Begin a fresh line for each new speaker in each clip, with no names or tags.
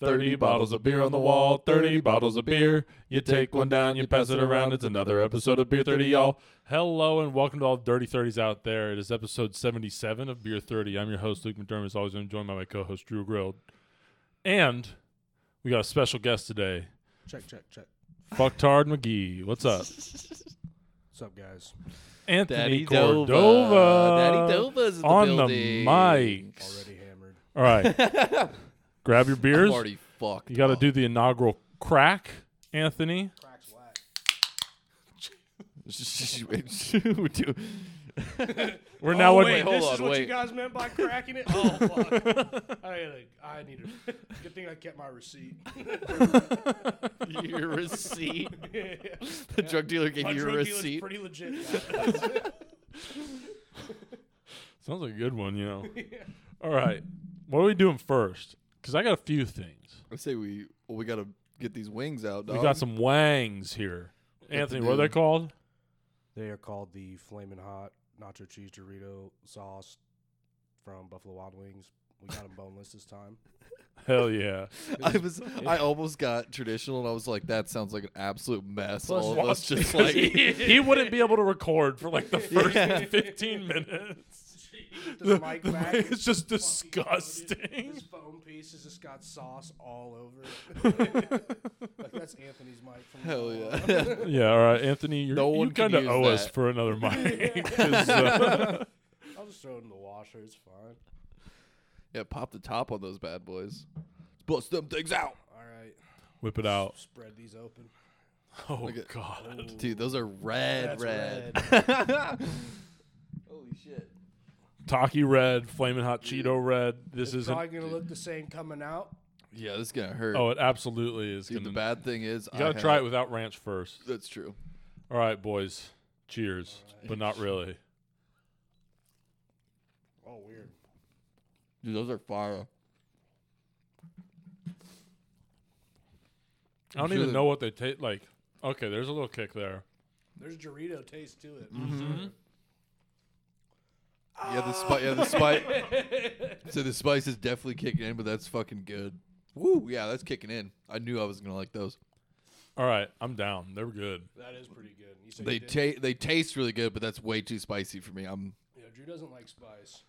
30 bottles of beer on the wall, 30 bottles of beer. You take one down, you pass it around. It's another episode of Beer 30, y'all. Hello and welcome to all Dirty 30s out there. It is episode 77 of Beer 30. I'm your host, Luke McDermott. As always, I'm joined by my co host, Drew Grill. And we got a special guest today,
Check, check, check.
Fucktard McGee. What's up?
What's up, guys?
Anthony
Daddy
Cordova.
Dova. Daddy Dova's in the
on
building.
the mic.
Already hammered.
All right. Grab your beers.
I'm already fucked.
You got to
up.
do the inaugural crack, Anthony.
Cracks whack.
Dude.
We're now
Oh,
at-
wait,
wait, hold
this is
on,
what you
wait.
guys meant by cracking it? Oh, fuck. I, had a- I needed Good thing I kept my receipt.
your receipt.
yeah.
The drug dealer gave
My
you a
drug dealer's
receipt.
pretty legit. guys.
Sounds like a good one, you know. All right. What are we doing first? Because I got a few things.
I say we well, we gotta get these wings out, dog.
We got some wangs here. Anthony, what are they
do.
called?
they are called the Flamin' Hot Nacho Cheese Dorito Sauce from Buffalo Wild Wings. We got them boneless this time.
Hell yeah.
I was I almost got traditional and I was like, that sounds like an absolute mess.
Plus
All of us just
Because he,
like
he wouldn't be able to record for like the first
Yeah.
15 minutes.
The,
The-
mic
the-
back is
it's just
fucking loaded.
disgusting.
This foam piece has just got sauce all over. it. like that's Anthony's mic. From
Hell
now
yeah.
on.
Yeah, all right, Anthony, you're,
No
you
one can
kind of
use
owe us
that.
for another mic. 'Cause, uh,
I'll just throw it in the washer. It's fine.
Yeah, pop the top on those bad boys. Bust them things out.
All right.
whip it out.
Spread these open.
Oh,
Look at-
God.
Dude, those are red,
That's
red. Holy shit.
Taki red, flaming hot Cheeto red. This
it's
isn't.
probably gonna look the same coming out.
Yeah, this is gonna hurt.
Oh, it absolutely is.
Dude, the
gonna-
bad thing is
You
I
gotta
have-
try it without ranch first.
That's true.
All right, boys. Cheers, but not really.
Oh, weird.
Dude, those are fire.
I don't
sure
even
that-
know what they taste like. Okay, there's a little kick there.
There's Dorito taste to it.
Mm-hmm. Yeah, the spice. Yeah, the spice. so the spice is definitely kicking in, but that's fucking good. Woo! Yeah, that's kicking in. I knew I was gonna like those.
All right, I'm down. They were good.
That is pretty good. You said
They
you did-
ta- they taste really good, but that's way too spicy for me. I'm
yeah, Drew doesn't like spice.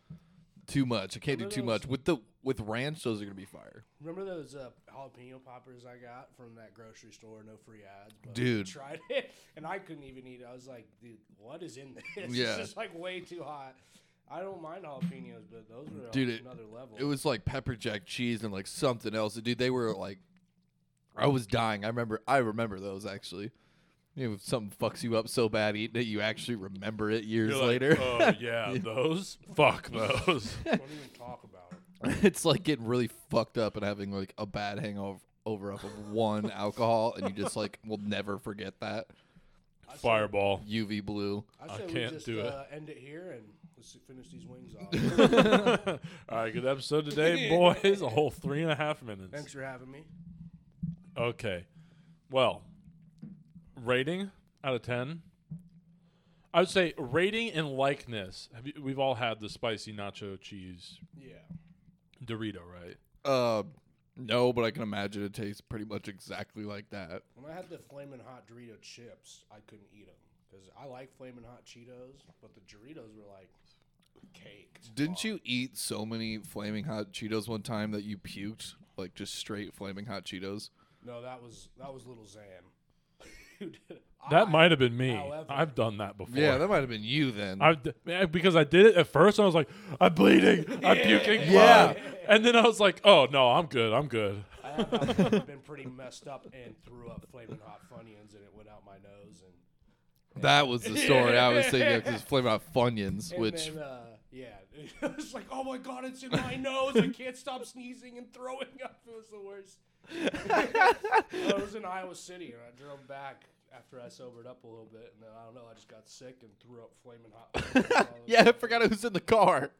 too much. I can't do too much with the with ranch. Those are gonna be fire,
Remember those uh, jalapeno poppers I got from that grocery store? No free ads, but
Dude.
I tried it and I couldn't even eat it. I was like, dude, what is in this?
Yeah.
It's just like way too hot. I don't mind jalapenos, but those were on
dude. It,
another level.
it was like pepper jack cheese and like something else. Dude, they were like, I was dying. I remember. I remember those actually. You know, if something fucks you up so bad eating it, you actually remember it years
You're like,
later.
oh yeah, those. Fuck those.
don't even talk about it.
it's like getting really fucked up and having like a bad hangover over off of one alcohol and you just like will never forget that
Fireball.
uv blue
I, say
can't
we just,
do it.
Uh, end it here and let's finish these wings off.
All right, good episode today, boys. A whole three and a half minutes.
Thanks for having me.
Okay. Well, rating out of 10. I would say rating and likeness. Have you, we've all had the spicy nacho cheese
Yeah.
Dorito, right?
uh no but i can imagine it tastes pretty much exactly like that
When I had the flaming hot Dorito chips, I couldn't eat them because I like flaming hot Cheetos, but the Doritos were like caked.
didn't you eat so many flaming hot cheetos one time that you puked like just straight flaming hot cheetos
No, that was that was little Zan. Dude,
That
I-
might have been me.
However-
I've done that before.
yeah that might have been you then
I've d- man, because I did it at first, and I was like, "I'm bleeding, I'm puking
Yeah.
blood," and then I was like, "Oh no, I'm good, I'm good."
I have I've been pretty messed up and threw up flaming hot Funyuns, and it went out my nose. And,
that was the story i was thinking because flaming hot funyuns
and
which
then, uh, yeah, it was like, oh my god, it's in my nose! I can't stop sneezing and throwing up. It was the worst. I was in Iowa City, and I drove back after I sobered up a little bit, and then I don't know, I just got sick and threw up flaming hot. Funyuns all over
yeah i
me.
forgot it was in the car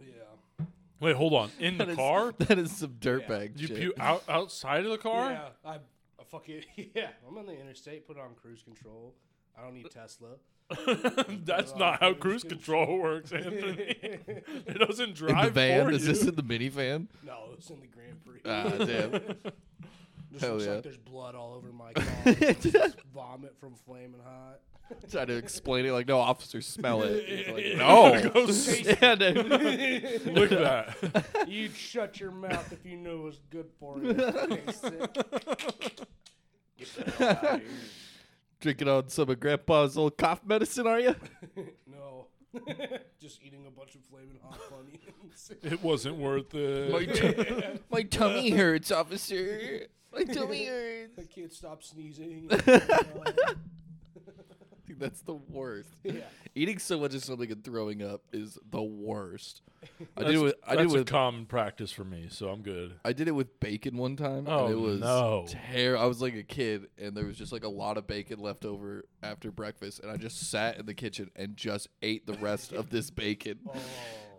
yeah,
Wait, hold on. In the
That is-
car,
that is some dirtbag
you
shit.
puke out outside of the car.
yeah. I, I fucking yeah. I'm on the interstate, put on cruise control. I don't need Tesla.
That's not how cruise control works, Anthony. It doesn't
In
drive
the van?
for
Is
you.
this in the minivan?
no, it was in the Grand Prix.
Ah, damn.
Just
hell
looks
yeah.
like there's blood all over my car. Just vomit from flaming hot.
Try to explain it like, no, officer, smell it. He's like,
Go
no.
s-
Yeah, dude.
Look at that.
You'd shut your mouth if you knew it was good for you. Taste it. Get the hell out of here.
Drinking on some of Grandpa's old cough medicine, are you?
No. Just eating a bunch of flaming hot onions.
It wasn't worth
My,
it.
tu- my tummy hurts, officer. My tummy hurts.
I can't stop sneezing.
Dude, that's the worst.
yeah.
Eating so much of something and throwing up is the worst. I did
That's,
it with I
that's
did it
a
with
common practice for me, so I'm good.
I did it with bacon one time.
Oh,
and it was
no.
ter- I was like a kid, and there was just like a lot of bacon left over after breakfast, and I just sat in the kitchen and just ate the rest of this bacon,
Oh.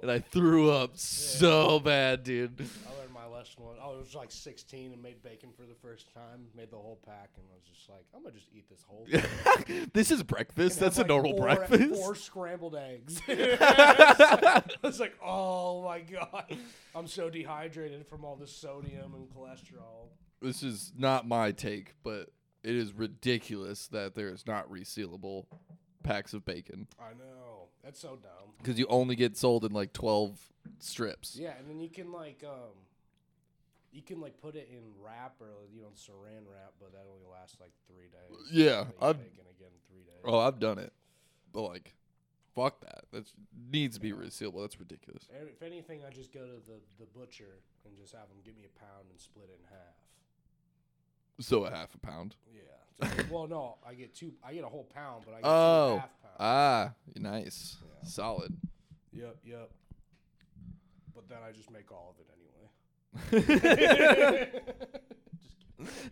and I threw up so bad, dude.
I learned my lesson when I was like 16 and made bacon for the first time. Made the whole pack and I was just like, I'm gonna just eat this whole. Thing.
this is breakfast.
And
That's a
have, like,
normal
four-
breakfast.
Four scrambled eggs. I was like, oh my god, I'm so dehydrated from all the sodium and cholesterol.
This is not my take, but it is ridiculous that there is not resealable packs of bacon
I know that's so dumb.
because you only get sold in like twelve strips.
Yeah, and then you can like um, you can like put it in wrap or you know saran wrap, but that only lasts like three days.
Yeah,
Make
I'd-
bacon again in three days.
Oh, I've done it, but like, fuck that. That needs to be resealable. That's ridiculous.
And If anything, I just go to the, the butcher and just have him give me a pound and split it in half.
So a half a pound.
Yeah. So- well, no, I get two. I get a whole pound, but I get two and a
Oh,
half pounds.
ah, nice,
Yeah.
solid.
Yep, yep. But then I just make all of it anyway.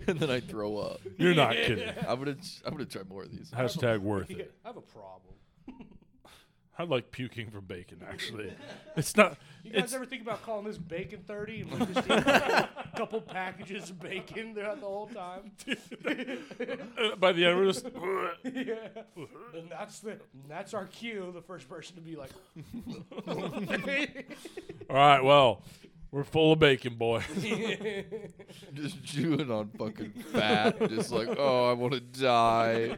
and then I throw up.
You're not kidding.
I'm gonna, I'm gonna try more of these.
Hashtag worth
Yeah,
it.
I have a problem.
I like puking from bacon. Actually, it's not.
You guys
It's,
ever think about calling this bacon 30 and like just eating a couple packages of bacon throughout the whole time?
uh, by the end, we're just.
yeah. And that's the and that's our cue, the first person to be like
All right. Well, we're full of bacon, boy.
Just chewing on fucking fat. just like, oh, I want to die.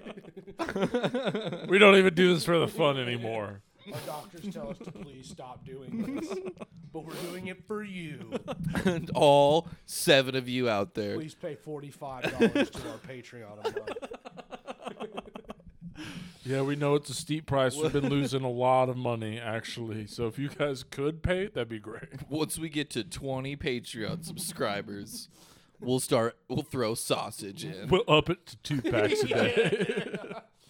we don't even do this for the fun anymore.
Our doctors tell us to please stop doing this, but we're doing it for you.
and all seven of you out there.
Please pay forty-five dollars to our Patreon. A month.
Yeah, we know it's a steep price. We've been losing a lot of money, actually. So if you guys could pay it, that'd be great.
Once we get to 20 Patreon subscribers, we'll start. We'll throw sausage in.
We'll up it to two packs a day.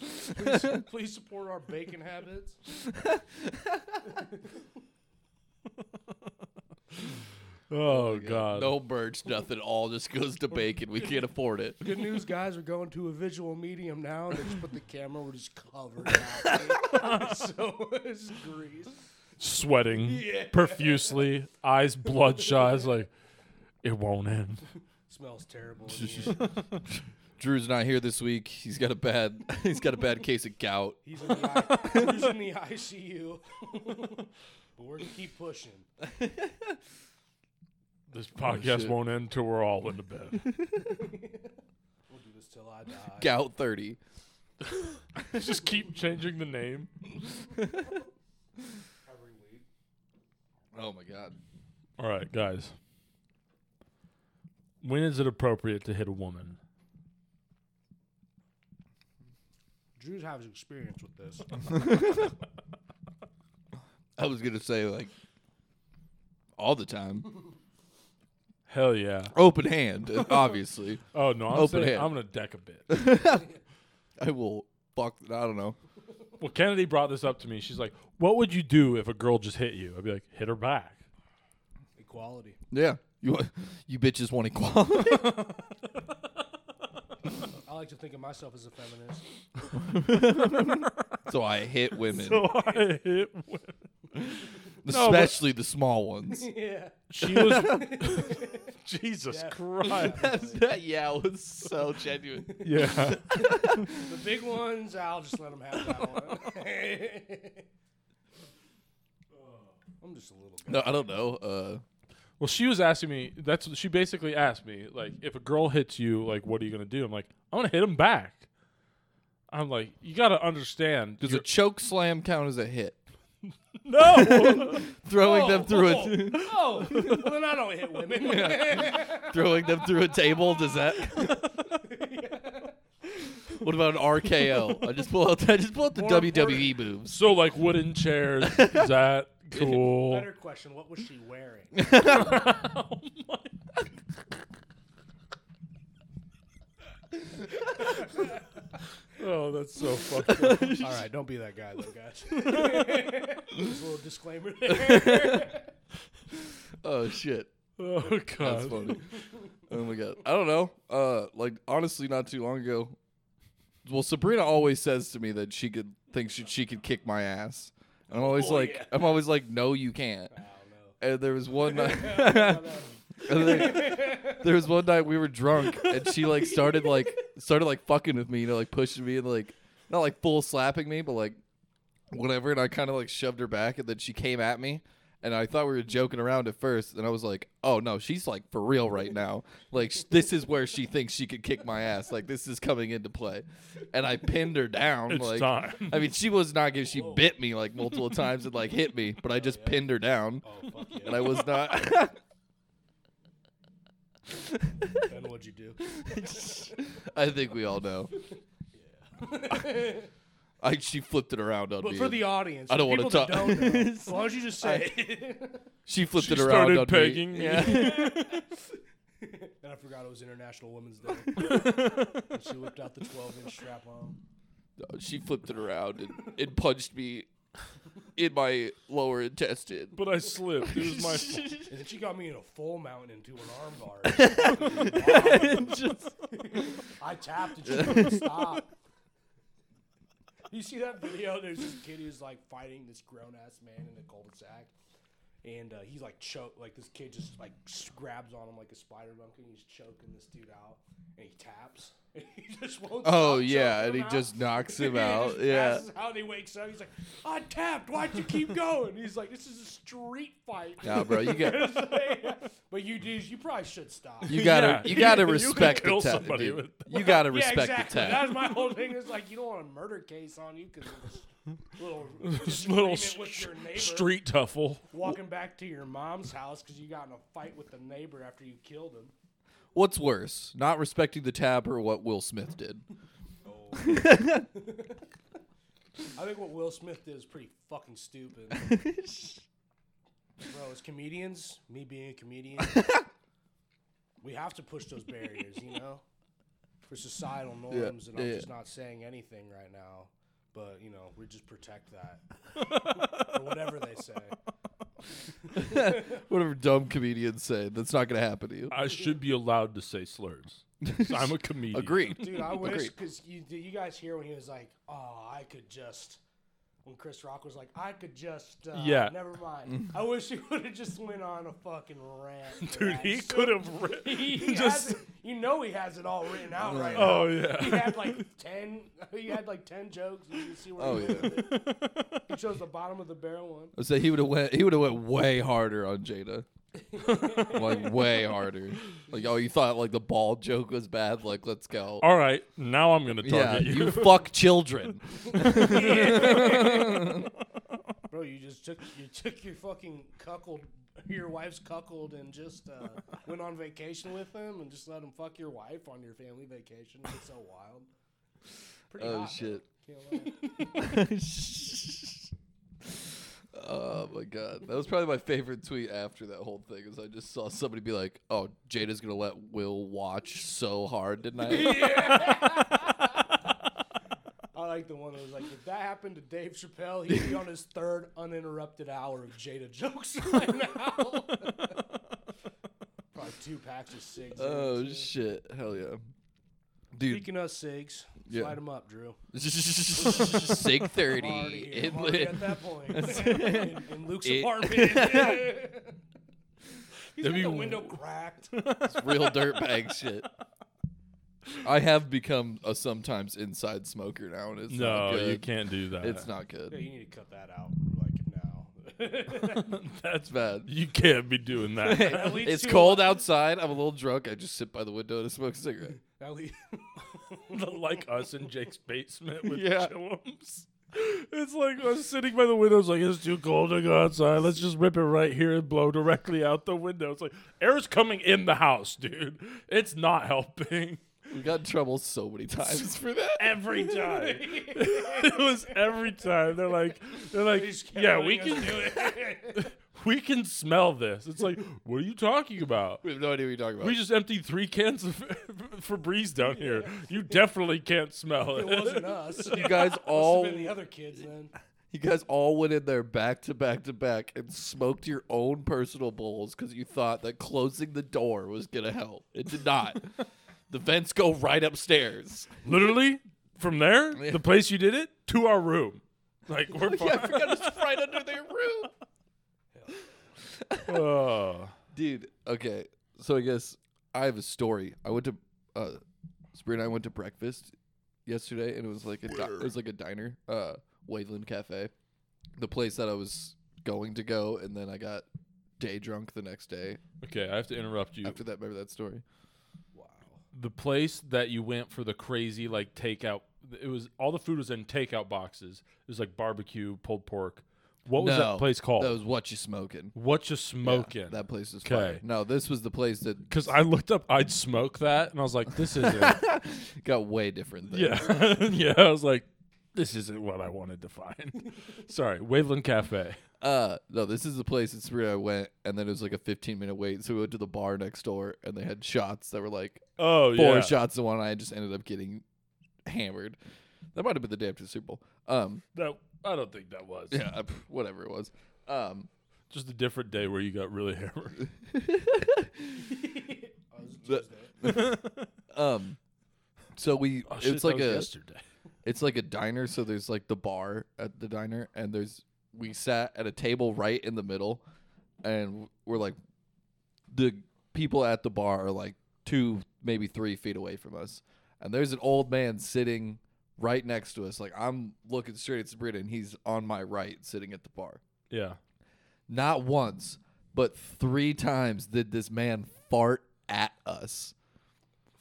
please, please support our bacon habits.
Oh, God.
No merch, nothing. All just goes to bacon. We can't afford it.
Good news, guys. We're going to a visual medium now. They just put the camera. We're just covered. out. so it's grease.
Sweating profusely, eyes bloodshot. It's like, it won't end.
Smells terrible. in the end.
Drew's not here this week. He's got a bad. He's got a bad case of gout.
He's in the, I- he's in the ICU. but we're gonna keep pushing.
This podcast
shit.
won't end till we're all in the bed.
We'll do this till I die.
Gout 30.
Just keep changing the name.
Every week.
Oh my god.
All right, guys. When is it appropriate to hit a woman?
Drew's having experience with this.
I was gonna say like all the time.
Hell yeah.
Open hand, obviously.
Oh no, I'm
Open
saying
hand.
I'm gonna deck a bit.
I will fuck. I don't know.
well, Kennedy brought this up to me. She's like, "What would you do if a girl just hit you?" I'd be like, "Hit her back."
Equality.
Yeah. You wa- you bitches want equality.
I like to think of myself as a feminist.
so I hit women,
So I hit. wo-
especially the small ones.
yeah.
She was. Jesus
Yeah.
Christ.
That's- that yeah was so genuine.
Yeah.
The big ones, I'll just let them have that one. I'm just a little guy.
No, I don't know. Uh,
Well, she was asking me. That's she basically asked me like, if a girl hits you, like, what are you gonna do? I'm like, I'm gonna hit him back. I'm like, you gotta understand.
does
you're-
a choke slam count as a hit?
no,
Throwing
Oh,
them through a
Oh, oh. well, then I don't hit women.
throwing them through a table. Does that? what about an RKO? I just pull out. I just pull out the
More
WWE moves.
so like wooden chairs. Is that cool?
Better question: What was she wearing?
Oh, that's so fucked up.
All right, don't be that guy, though, guys. Just a little disclaimer. there.
Oh shit.
Oh god.
Uh,
That's funny. oh my god. I don't know. Uh, like honestly, not too long ago. Well, Sabrina always says to me that she could think she, she could kick my ass. And I'm always
Oh,
like,
yeah.
I'm always like, no, you can't.
I
And there was one night,
don't know. I don't know.
and there, there was one night we were drunk, and she like started like started like fucking with me, you know, like pushing me and like not like full slapping me, but like whatever. And I kind of like shoved her back, and then she came at me. And I thought we were joking around at first, and I was like, "Oh no, she's like for real right now. Like sh- this is where she thinks she could kick my ass. Like this is coming into play." And I pinned her down.
It's
like,
time.
I mean, she was not good. She bit me like multiple times and like hit me, but I just pinned her down,
Oh, fuck
and
yeah.
I was not.
Then what'd you do?
I think we all know. I she flipped it around on
But
me.
for the audience,
I don't
want
wanna
to
talk-
Don't know, as long as you just say it.
she flipped
She
it around
started
on
pegging
me.
me.
Yeah.
And I forgot it was International Women's Day. and she whipped out the 12 inch strap on.
she flipped it around and, and punched me in my lower intestine.
But I slipped. It was my fault.
And then she got me in a full mountain into an armbar. I tapped and she wouldn't stop. You see that video? There's this kid who's like fighting this grown ass man in a cul-de-sac, and uh, he's like choke. Like this kid just like s- grabs on him like a spider monkey. and He's choking this dude out, and he taps. And he just won't.
Oh
stop
yeah,
choking
and he
him out.
just knocks him
He
out.
just
Yeah.
passes out and he wakes up. He's like, I tapped. Why'd you keep going? He's like, this is a street fight.
Nah, bro, you got
but you dudes, you probably should stop.
you gotta
Yeah.
you gotta
You could
respect
kill
the tap.
somebody
dude.
with-
You gotta
Yeah,
respect
exactly.
the
That's
tap.
my whole thing. It's like you don't want a murder case on you because little
This little
disagreement with your neighbor
s- street tuffle.
walking back to your mom's house because you got in a fight with the neighbor after you killed him.
What's worse, not respecting the tap or what Will Smith did?
I think what Will Smith did is pretty fucking stupid. Bro, as comedians, me being a comedian, we have to push those barriers, you know? For societal norms, and I'm
yeah,
just not saying anything right now, but, you know, we just protect that. or whatever they say.
Whatever dumb comedians say, that's not gonna happen to you.
I should be allowed to say slurs. I'm a comedian.
Agreed.
Dude, I wish,
Agreed.
because you, you guys hear when he was like, oh, I could just. When Chris Rock was like, I could just, uh,
Yeah.
never mind. I wish he would have just went on a fucking rant. for
Dude,
that.
he
So
could have. Ri-
he
Just-
has it, you know he has it all written out right now.
oh
He
yeah.
had like ten. He had like ten jokes. You can see where
Oh,
he, went with it. he chose the bottom of the barrel one.
I say he would have went. He would have went way harder on Jada, like way harder. Like, oh, you thought like the ball joke was bad? Like, let's go.
All right, now I'm gonna
yeah,
target
you fuck children.
Bro, you just took you took your fucking cuckold, your wife's cuckold, and just uh, went on vacation with him, and just let him fuck your wife on your family vacation. It's so wild. Pretty
Oh,
hot,
shit.
bro. Can't lie.
oh my god, that was probably my favorite tweet after that whole thing. Is I just saw somebody be like, "Oh, Jada's gonna let Will watch so hard tonight."
I like the one that was like, if that happened to Dave Chappelle, he'd be on his third uninterrupted hour of Jada jokes right now. Probably two packs of cigs. in it,
oh
too.
shit, hell yeah, dude.
Speaking of cigs,
Yeah.
light them up, Drew.
Sig
I'm already,
thirty.
here.
in
I'm already
the-
at that point. in, in Luke's apartment.
It-
He's He's
That'd be
got the
w-
window cracked.
It's real dirtbag shit. I have become a sometimes inside smoker now, and it's not
no,
good.
you can't do that.
It's not
Yeah,
good.
you need to cut that out like now.
That's
It's bad.
You uh, can't be doing that.
That leads
It's
to
cold outside. I'm a little drunk. I just sit by the window and smoke a cigarette.
A, that lead-
like us in Jake's basement with
Yeah.
chillums. It's like us sitting by the windows, like it's too cold to go outside. Let's just rip it right here and blow directly out the window. It's like air's coming in the house, dude. It's not helping.
We got in trouble so many times for that.
Every time, it was every time. They're like, they're like,
He's kept
yeah,
letting
we
us
can,
do it.
we can smell this. It's like, what are you talking about?
We have no idea what you're talking about.
We just emptied three cans of Febreze down here. You definitely can't smell it.
it wasn't us.
you guys all,
been the other kids then.
you guys all went in there back to back to back and smoked your own personal bowls because you thought that closing the door was gonna help. It did not. the vents go right upstairs.
Literally, from there,
Yeah.
the place you did it, to our room. Like, we're
Yeah, I
fine.
forgot it's right under their room.
Oh.
Dude, okay. So I guess I have a story. I went to uh Spring and I went to breakfast yesterday and it was like a di- it was like a diner, uh Wadeland Cafe. The place that I was going to go and then I got day drunk the next day.
Okay, I have to interrupt you.
After that, remember that story?
Wow.
The place that you went for the crazy, like, takeout, it was all the food was in takeout boxes. It was like barbecue, pulled pork. What was that place called?
That was what you smoking.
what you smoking?
Yeah, that place is
'Kay.
fire. No, this was the place that
because I looked up, I'd smoke that, and I was like, "This isn't."
got way different. Things.
yeah, yeah. I was like, "This isn't what I wanted to find." Sorry, Waveland Cafe.
Uh, no, this is the place that Sabrina and I went, and then it was like a 15 minute wait. So we went to the bar next door, and they had shots that were like
Oh
four
yeah.
shots in one. and I just ended up getting hammered. That might have been the day after the Super Bowl. Um,
That I don't think that was.
yeah, uh, pff, whatever it was. Um,
Just a different day where you got really hammered.
I was
The-
Tuesday.
um, so we
Oh, shit,
it's
that
like
was
a
yesterday.
it's like a diner. So there's like the bar at the diner, and there's we sat at a table right in the middle, and we're like, the people at the bar are like two, maybe three feet away from us, and there's an old man sitting right next to us. Like I'm looking straight at Sabrina, and he's on my right, sitting at the bar.
Yeah.
Not once, but three times did this man fart at us.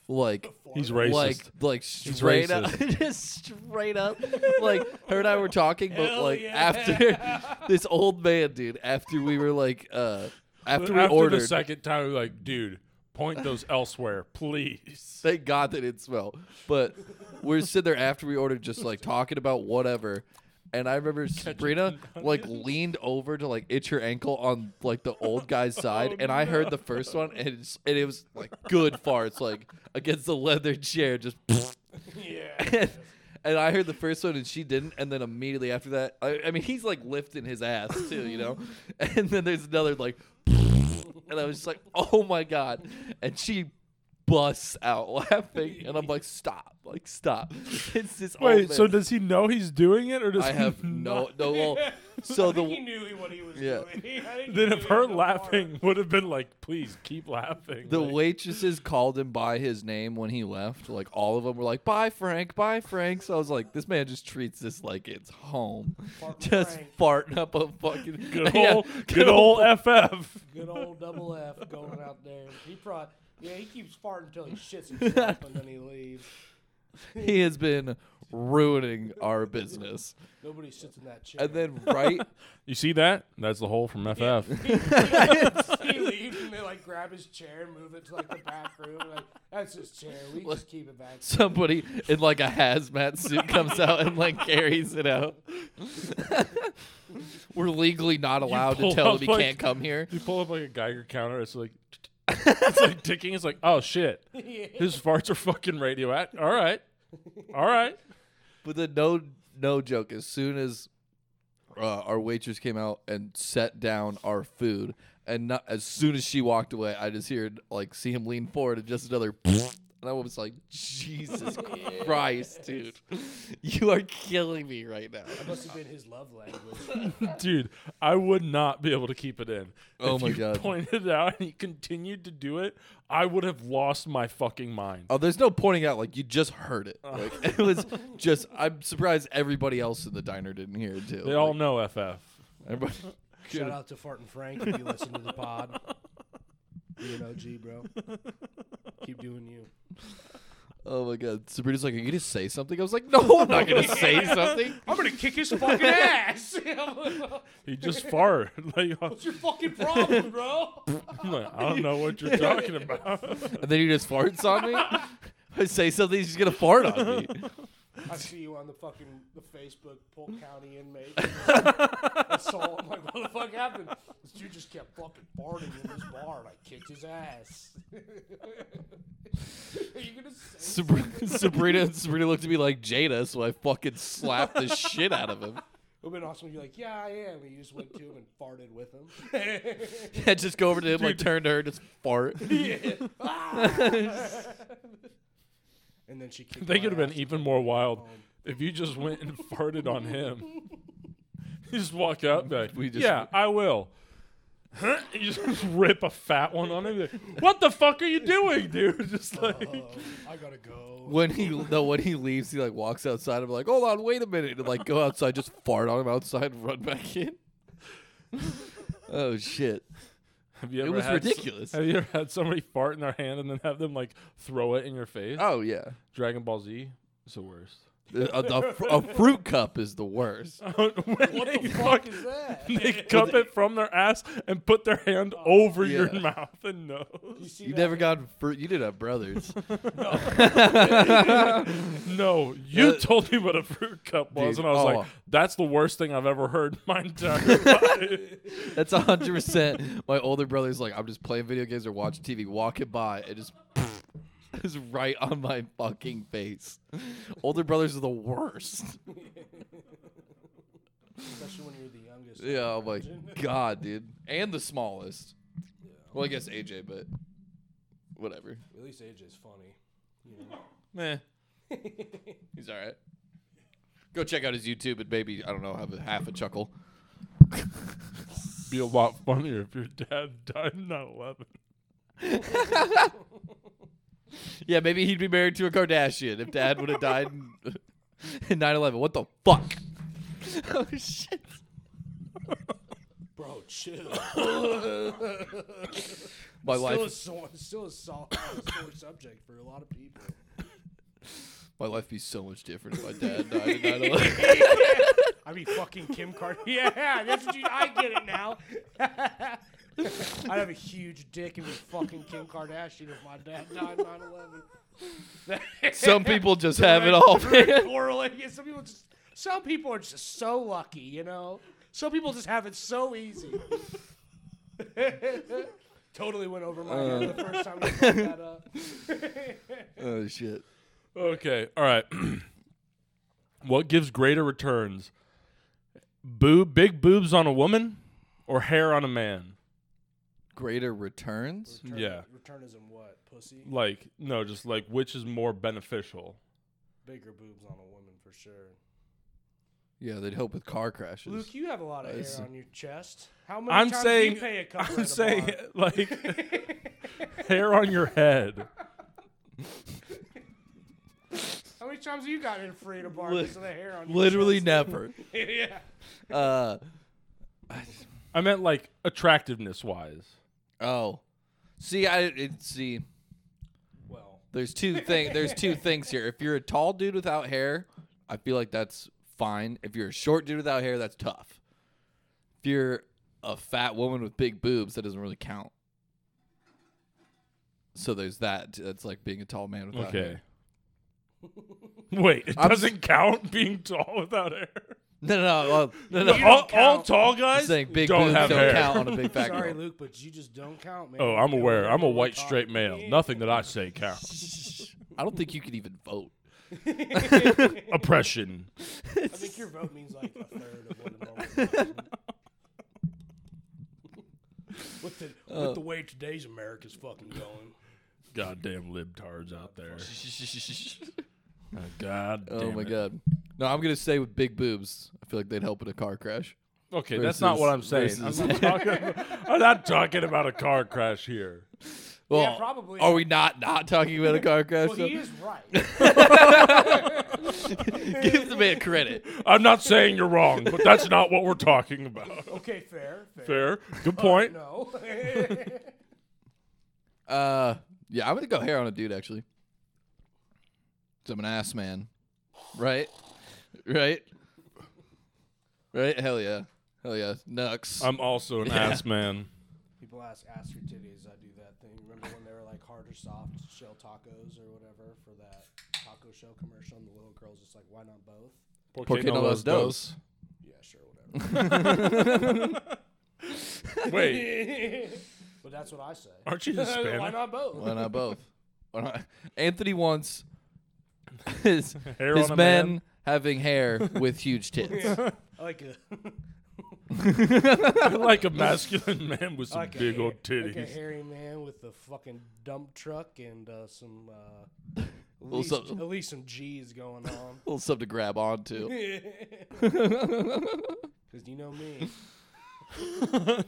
Like
He's racist.
like like straight up just straight up like her and I were talking but
Hell
like
yeah.
after this old man dude after we were like uh
After,
after we ordered
the second time, we were like, dude, point those elsewhere, please.
thank god they didn't smell but we're sitting there after we ordered just like talking about whatever and I remember Sabrina like leaned over to like itch her ankle on like the old guy's side, and I heard the first one, and, it's, and it was like good farts, like against the leather chair, just
Yeah.
and, and I heard the first one and she didn't, and then immediately after that, I, I mean, he's like lifting his ass too, you know. And then there's another like, and I was just like, oh my god, and she busts out laughing, and I'm like, stop, like stop. It's this. old
Wait, so
Oh, man.
does he know he's doing it, or does
I
he
have no
not?
no. Well,
I
so
think he
the
knew what he was
Yeah.
doing. I think he
Then
knew
if
he
her
had the
laughing would have been like, please keep laughing.
the
like,
waitresses called him by his name when he left. Like all of them were like, "Bye, Frank. Bye, Frank." So I was like, "This man just treats this like it's home."
Fart
just
Frank.
farting up a fucking
good
Yeah,
old, good old FF.
Good old double F going out there. He probably, yeah, he keeps farting until he shits himself and then he leaves.
He has been ruining our business.
Nobody sits in that chair.
And then right,
You see that? That's the hole from FF.
he leaves and they like grab his chair and move it to like the back room. Like that's his chair. We just keep it back.
somebody in like a hazmat suit comes out and like carries it out. We're legally not allowed to
pull
tell
up,
him he
like-
can't come here.
You pull up like a Geiger counter. It's like it's like ticking. It's like oh shit, his farts are fucking radioactive. All right, all right.
But then no, no joke. As soon as uh, our waitress came out and set down our food, and not, as soon as she walked away, I just heard like see him lean forward and just another. And I was like, Jesus Christ, dude. You are killing me right now.
That must have been his love language.
Dude, I would not be able to keep it in.
Oh
if
my
you
God.
pointed it out and he continued to do it, I would have lost my fucking mind.
Oh, there's no pointing out. Like, you just heard it. Like, it was just, I'm surprised everybody else in the diner didn't hear it, too.
they all
Like,
know FF.
everybody.
Shout out to Fart and Frank if you listen to the pod. You an OG, bro. Keep doing you.
Oh my God. Sabrina's like, Are you going to say something? I was like, No, I'm not going to say something.
I'm gonna kick his fucking ass. What's
He just farted. Like, I-
your fucking problem, bro?
I'm like, I don't know what you're talking about.
And then he just farts on me. I say something, he's just going to fart on me.
I see you on the fucking the Facebook Polk County inmate assault. I'm like, what the fuck happened? This dude just kept fucking farting in this bar, and I kicked his ass. Are you gonna say?
Sabrina, Sabrina, Sabrina looked at me like Jada, so I fucking slapped the shit out of him.
It would have been awesome if you're like, yeah, I am. And you just went to him and farted with him.
I just go over to him, like turn to her, just fart.
Ah! and then she kicked
they
my
could have been
ass.
even more wild if you just went and farted on him. You just walk up, be like,
We just-
yeah, I will. Huh? You just rip a fat one on him. be like, what the fuck are you doing, dude? Just like,
I gotta go.
When he no, when he leaves, he like walks outside. I'm like, hold on, wait a minute, and like go outside, just fart on him outside, and run back in. oh shit!
have you
It
ever
was
had s-
ridiculous.
Have you ever had somebody fart in their hand and then have them like throw it in your face?
Oh yeah,
Dragon Ball Z is the worst.
a, a- a fruit cup is the worst.
what
What the fuck is that?
They cup it from their ass and put their hand over your
Yeah.
mouth and nose.
see
You
that?
never got fruit. You didn't have brothers.
No, you
Uh,
told me what a fruit cup was,
dude,
and I was
oh.
like, "That's the worst thing I've ever heard in my entire life."
That's hundred percent. My older brother's like, I'm just playing video games or watching TV, walking by, and just is right on my fucking face. Older brothers are the worst.
Especially when you're the youngest.
Yeah, I'm like, God, dude, and the smallest. Well, I guess AJ, but whatever.
At least AJ's funny.
Meh. He's all right. Go check out his YouTube and maybe I don't know, have a half a chuckle.
Be a lot funnier if your dad died in 9/11.
Yeah, maybe he'd be married to a Kardashian if Dad would have died in- in 9/11. What the fuck? oh shit.
Bro, chill.
My
still,
wife,
a sore, still a solid, sore subject for a lot of people.
my life be so much different if my dad died in 9/11.
I mean, fucking Kim Kardashian. Yeah, that's what you, I get it now. I'd have a huge dick and be fucking Kim Kardashian if my dad died 9 11.
Some people just have it all. man.
correlated. Some people just some people are just so lucky, you know. Some people just have it so easy. totally went over my head the first time I brought that up.
oh shit.
Okay, all right. what gives greater returns? Boob, big boobs on a woman, or hair on a man?
Greater returns?
Return,
Yeah.
Return is in what? Pussy?
Like, no, just like which is more beneficial?
Bigger boobs on a woman for sure.
Yeah, they'd help with car crashes.
Luke, you have a lot of
Nice.
hair on your chest. How many
I'm
times
saying,
do you pay a couple
I'm
at a
saying,
bar?
like hair on your head.
How many times have you gotten in free at a bar
Lit-
because of the hair on your
Literally
chest?
never.
yeah.
Uh,
I meant like attractiveness wise.
oh, see, I it, see.
Well,
There's two thing. There's two things here. If you're a tall dude without hair, I feel like that's fine. If you're a short dude without hair, that's tough. If you're a fat woman with big boobs, that doesn't really count. So there's that. That's like being a tall man without
Okay.
hair.
Wait, it
I'm s-
doesn't count being tall without hair.
No, no, no, well, no, no.
You
all,
don't
all
count.
tall
I'm
guys
saying big
don't
boobs
have
don't
hair.
count on a big fat
Sorry,
girl.
Luke, but you just don't count, man.
Oh, I'm
Come
aware.
on,
I'm a
come on,
white
talk.
straight male. Nothing that I say counts.
I don't think you can even vote.
Oppression.
I think your vote means like a third of what a normal vote means. with the with the way today's America's fucking going.
goddamn libtards out there. God
oh my god. No, I'm gonna stay with big boobs. I feel like they'd help in a car crash.
Okay, that's not what I'm saying.
Versus-
I'm
versus-
not, talking, I'm not talking about a car crash here.
Well,
probably.
Are we not not talking about a car crash?
Well,
though?
he is right.
Give the man credit.
I'm not saying you're wrong, but that's not what we're talking about.
Okay, fair, fair.
Fair. Good point.
No.
Uh, yeah, I'm gonna go hair on a dude actually. 'Cause I'm an ass man, right? Right? Right? Hell yeah, hell yeah, Nux.
I'm also an ass man.
People ask, ask your titties. I do that thing. Remember when they were like hard or soft shell tacos or whatever for that taco shell commercial? And the little girl's just like, why not both?
Por qué no los dos?
Yeah, sure, whatever.
Wait,
but that's what I say.
aren't you Hispanic?
why not both?
Why not both? Why not? Anthony wants his,
Hair
his
on a
men
man?
having hair with huge tits.
I like a,
I like a masculine man with some
like a
big
hair-
old titties.
Like a hairy man with a fucking dump truck and uh, some. Uh, at,
Little
least,
something.
at least some G's going on.
little something to grab onto.
Because you know me.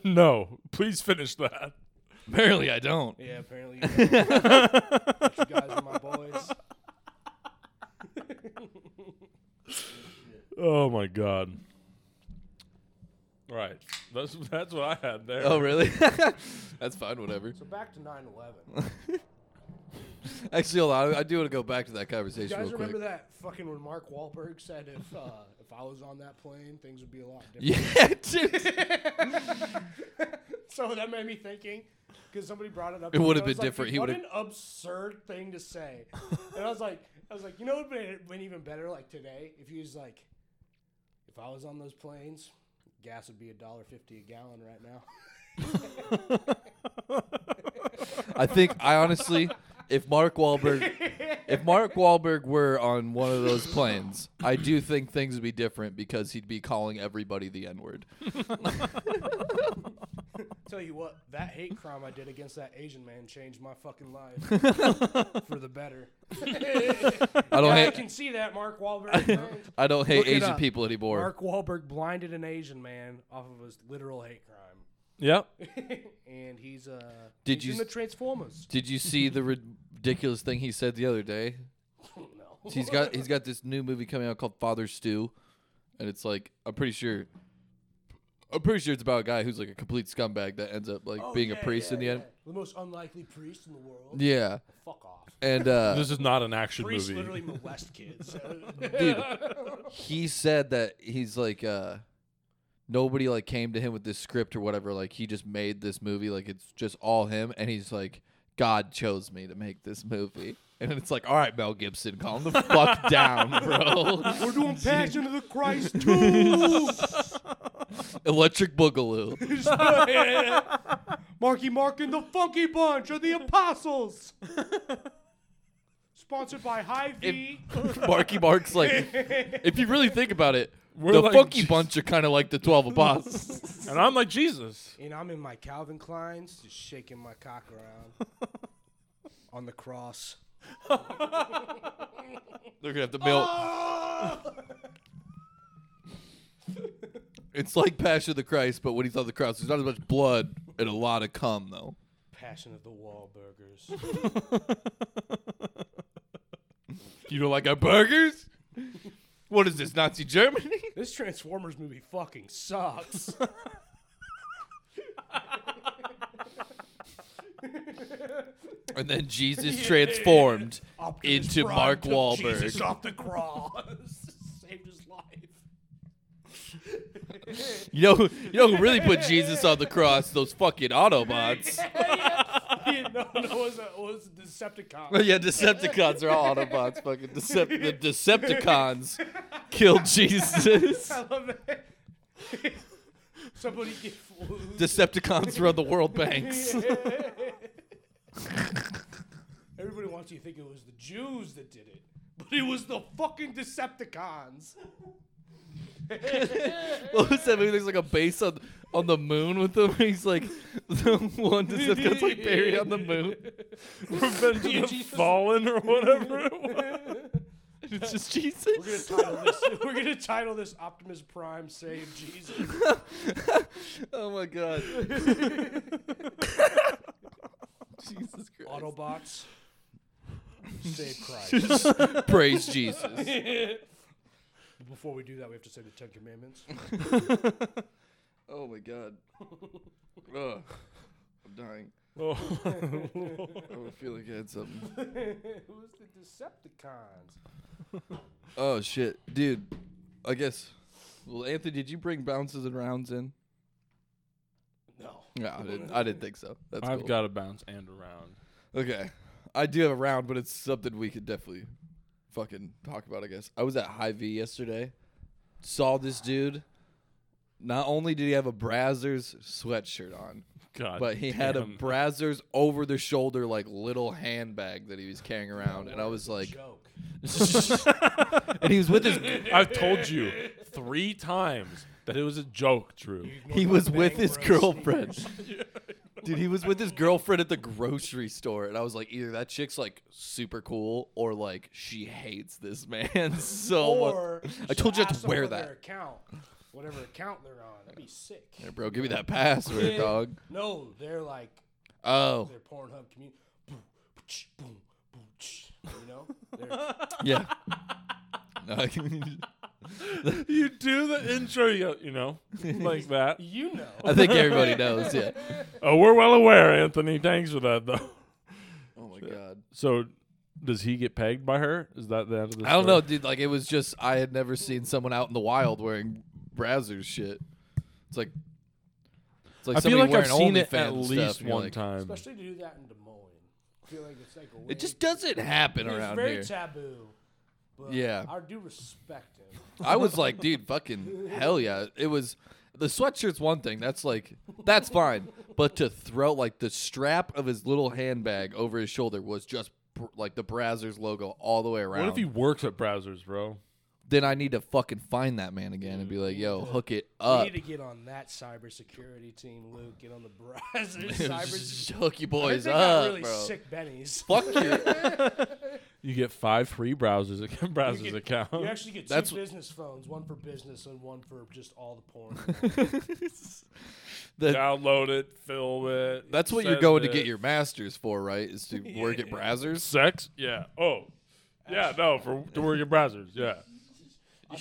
no, please finish that.
Apparently, I don't.
Yeah, apparently you, don't. you guys are my boys.
Oh my god. Right. That's that's what I had there.
Oh, really? That's fine. Whatever.
So back to 9-11.
Actually, hold on. I- I do want to go back to that
You
conversation
guys
real
remember
quick.
that fucking when Mark Wahlberg said if uh, if I was on that plane, things would be a lot different.
Yeah, dude.
So that made me thinking, because somebody brought it up.
It
and
would've
I
been
was like,
different. He
what
would've-
an absurd thing to say. and I was like, I was like, you know what would have been even better like today if he was like, if I was on those planes, gas would be a dollar fifty a gallon right now.
I think I honestly, if Mark Wahlberg, if Mark Wahlberg were on one of those planes, I do think things would be different because he'd be calling everybody the N word.
Tell you what, that hate crime I did against that Asian man changed my fucking life for the better.
I don't
I
hate.
can see that Mark Wahlberg. Thanks.
I don't hate
Look it
Asian
up.
people anymore.
Mark Wahlberg blinded an Asian man off of his literal hate crime,
Yep.
and he's uh
Did
he's
you
in
s-
the Transformers?
Did you see the ridiculous thing he said the other day?
no,
He's got he's got this new movie coming out called Father Stew, and it's like I'm pretty sure, I'm pretty sure it's about a guy who's like a complete scumbag that ends up like
Oh,
being
yeah,
a priest
yeah,
in the end.
yeah. The most unlikely priest in the world.
Yeah,
Fuck off.
and uh,
This is not an action
Priests
movie.
literally molest kids.
dude he said that he's like uh nobody like came to him with this script or whatever like he just made this movie like it's just all him and he's like god chose me to make this movie and it's like all right mel gibson calm the fuck down bro
We're doing Passion of the Christ too.
electric boogaloo
Marky Mark and the Funky Bunch are the apostles. Sponsored by Hy-Vee.
marky mark's like if you really think about it
We're
the
like
funky
Jesus.
bunch are kind of like the 12 apostles
and I'm like Jesus.
and I'm in my Calvin Kleins, just shaking my cock around on the cross.
they're gonna have to mail Ah! it's like passion of the christ but when he's on the cross there's not as much blood and a lot of cum though
Passion of the Wahlburgers.
You don't like our burgers? What is this, Nazi Germany?
This Transformers movie fucking sucks.
And then Jesus transformed into Mark Wahlberg.
Jesus off the cross. Saved his life.
You know, you know who really put Jesus on the cross? Those fucking Autobots.
Yeah, no, no, it was a, it was a Decepticon.
yeah, Decepticons are all Autobots. Fucking Decep- the Decepticons killed Jesus.
I love it. Somebody get flued.
Decepticons run the world banks.
Everybody wants you to think it was the Jews that did it, but it was the fucking Decepticons.
what was that movie? There's like a base on on the moon with them. He's like the one that just gets like buried on the moon.
Revenge of the Fallen or whatever it was.
It's just
We're gonna
Jesus.
title this. We're gonna title this Optimus Prime Save Jesus.
Oh my god. Jesus Christ.
Autobots Save Christ.
Praise Jesus.
But Before we do that, we have to say the Ten Commandments.
Oh my god. Ugh. I'm dying.
Oh.
I feel like I had something.
Who's the Decepticons?
Oh shit, dude. I guess. Well, Anthony, did you bring bounces and rounds in?
No.
Yeah, I didn't. I didn't think so. That's
I've
cool.
got to bounce and around.
Okay. I do have a round, but it's something we could definitely fucking talk about, I guess. I was at High V yesterday, saw this dude. Not only did he have a Brazzers sweatshirt on,
God,
but he had a
damn.
Brazzers over the shoulder, like little handbag that he was carrying around. And I was like,
Joke.
and he was with his,
I've told you three times that it was a joke, Drew.
he was with
Bang
his
bro
girlfriend. Dude, he was with his girlfriend at the grocery store, and I was like, either that chick's like super cool, or like she hates this man so much.
Or
Oh, I told you
ask
not to
them
wear
for Their
that.
account, whatever account they're on, that'd be sick.
Hey, bro, give me that password, dog.
No, they're like
Oh,
their Pornhub community. Boom, boom, boom, boom. You know, They're-
yeah. No, I can-
You do the intro, you, go, you know, like that.
you know.
I think everybody knows, yeah.
Oh, we're well aware, Anthony. Thanks for that, though.
Oh my god.
So, does he get pegged by her? Is that the end of the
I don't know,
story?
dude. Like, it was just, I had never seen someone out in the wild wearing Brazzers shit. It's like, it's like
I feel
somebody
like I've
wearing
seen it
OnlyFans
at
and
least
stuff, and you're
one
like,
time.
Especially to do that in Des Moines. I feel like it's like a.
It
weird-
just doesn't happen
it's
around
very
here.
taboo. But
Yeah.
I do respect him.
I was like, dude, fucking hell yeah. It was the sweatshirt's one thing. That's like that's fine. But to throw like the strap of his little handbag over his shoulder was just br- like the Brazzers logo all the way around.
What if he works at browsers, bro?
then I need to fucking find that man again and be like, yo, hook it
We
up.
need to get on that cybersecurity team, Luke. Get on the Brazzers cybersecurity.
Just hook you boys
They got
up,
really
bro.
sick bennies.
Fuck you.
You get five free browsers account. Browsers
get-
account.
You actually get
That's-
two business phones, one for business and one for just all the porn.
That-
Download it, film it.
that's what you're
send
going to
it.
get your master's for, right? Is to work at Brazzers.
sex. Yeah. Oh. Yeah. No. For to work at browsers. Yeah.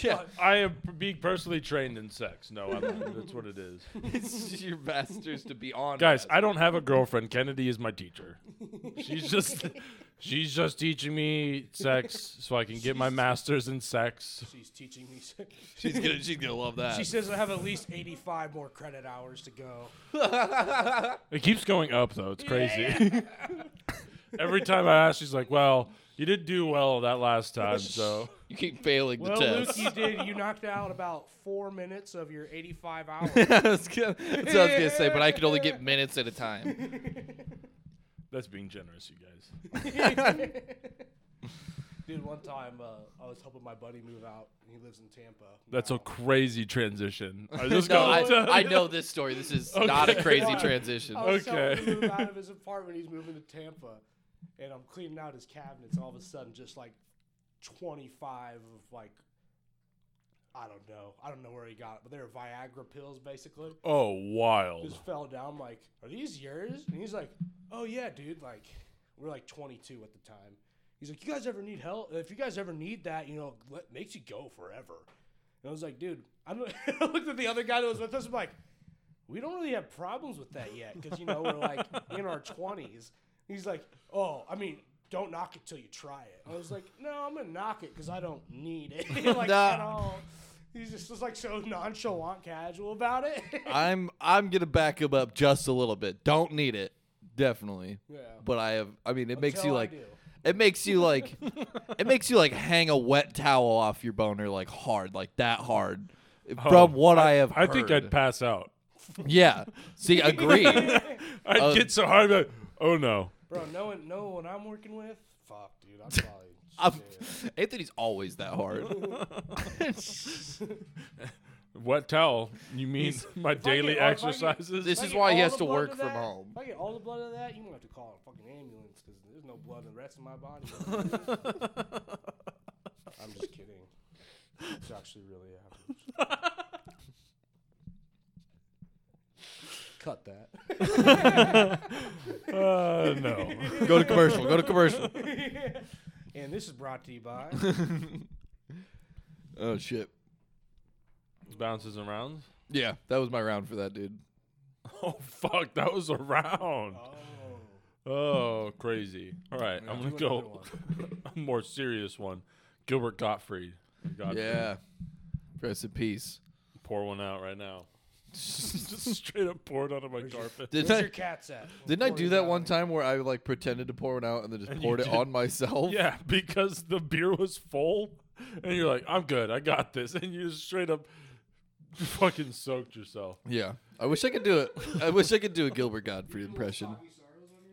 Yeah,
I am p- being personally trained in sex. No, I'm not. that's what it is.
it's your master's to be on.
Guys,
Brazzers.
I don't have a girlfriend. Kennedy is my teacher. She's just she's just teaching me sex so I can get my masters in sex.
She's teaching me.
she's gonna she's gonna love that.
She says I have at least 85 more credit hours to go.
It keeps going up though. It's crazy. Every time I ask, she's like, "Well, you did do well that last time, so
You keep failing the
Well, Luke,
test.
you did. You knocked out about four minutes of your 85 hours.
That's good. That's what I was gonna say, but I could only get minutes at a time.
that's being generous, you guys."
Dude, one time uh, I was helping my buddy move out. He lives in Tampa.
That's a
now.
crazy transition. I just
No,
gotta tell
I, I
you.
know this story. This is not a crazy
Why?
transition.
I was okay.
Okay.
helping him move out of his apartment. He's moving to Tampa, and I'm cleaning out his cabinets. All of a sudden, just like 25 of like, I don't know, I don't know where he got it, but they were Viagra pills basically.
Oh, wild.
Just fell down. I'm like, are these yours? And he's like, oh yeah, dude. Like, we're like 22 at the time. He's like, you guys ever need help? If you guys ever need that, you know, let, makes you go forever. And I was like, dude, I'm, I looked at the other guy that was with us. I'm like, we don't really have problems with that yet because you know we're like in our 20s he's like oh i mean don't knock it till you try it i was like no i'm gonna knock it because i don't need it like
Nah.
at all he's just was like so nonchalant casual about it
I'm I'm gonna back him up just a little bit. Don't need it, definitely.
Yeah.
But I have. I mean, it makes you
Until I
like.
do.
It makes you like. it makes you like hang a wet towel off your boner like hard, like that hard. From what I, have,
Oh. I think I'd
heard.
pass out.
Yeah. See, agreed.
I'd get so hard. I'd be like, oh no.
Bro, no one, no one I'm working with. Fuck, dude. I'm probably.
I'm-
shit.
Anthony's always that hard.
Wet towel? You mean my
I get-
daily
if I get-
exercises?
This
If I
is
get
why he
all
has
the
to
blood
work
of
from
that-
home.
If I get all the blood of that, you gonna have to call a fucking ambulance because there's no blood in the rest of my body. I'm just kidding. It's actually really happened. Cut that.
Uh, no.
go to commercial. Go to commercial.
and this is brought to you by.
Oh shit.
Bounces around.
Yeah, that was my round for that dude.
Oh fuck, that was around.
Oh.
Oh, crazy. All right, I'm gonna
do another
go a more serious one. Gilbert Gottfried. Gottfried.
Yeah. Rest in peace.
Pour one out right now. Just straight up poured onto my carpet.
Didn't
Where's
I,
your cat's at?
didn't I
Pour it
do that
down.
one time where I like pretended to pour one out and then just
And you
poured it
did.
on myself?
Yeah, because the beer was full, and you're like, "I'm good, I got this," and you just straight up fucking soaked yourself.
Yeah. I wish I could do it. I wish I could do a Gilbert Gottfried impression.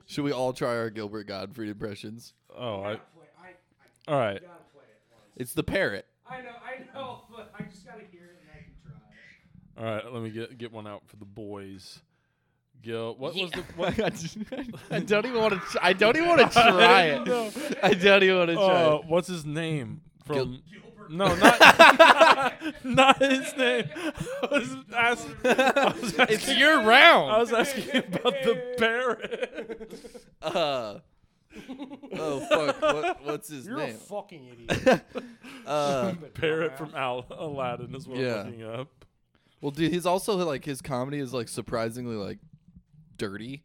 Should we all try our Gilbert Gottfried impressions?
Oh, I,
Play- I, I
all right.
gotta play it once.
It's the parrot.
I know, I know, but I just gotta hear it and I can
All
try it.
right, let me get get one out for the boys. Gil, what was the
I don't even want to. I don't even want to try
No.
I don't even want to
uh, what's his name from? no, not not his name. I was asking. I was asking,
It's your
I
round.
was asking about the parrot.
Uh, oh fuck! What, what's his
You're a
name?
fucking idiot.
uh,
But
parrot
dumbass.
from Al- Aladdin is what
Yeah.
I'm looking up.
well, dude, he's also like his comedy is like surprisingly like dirty,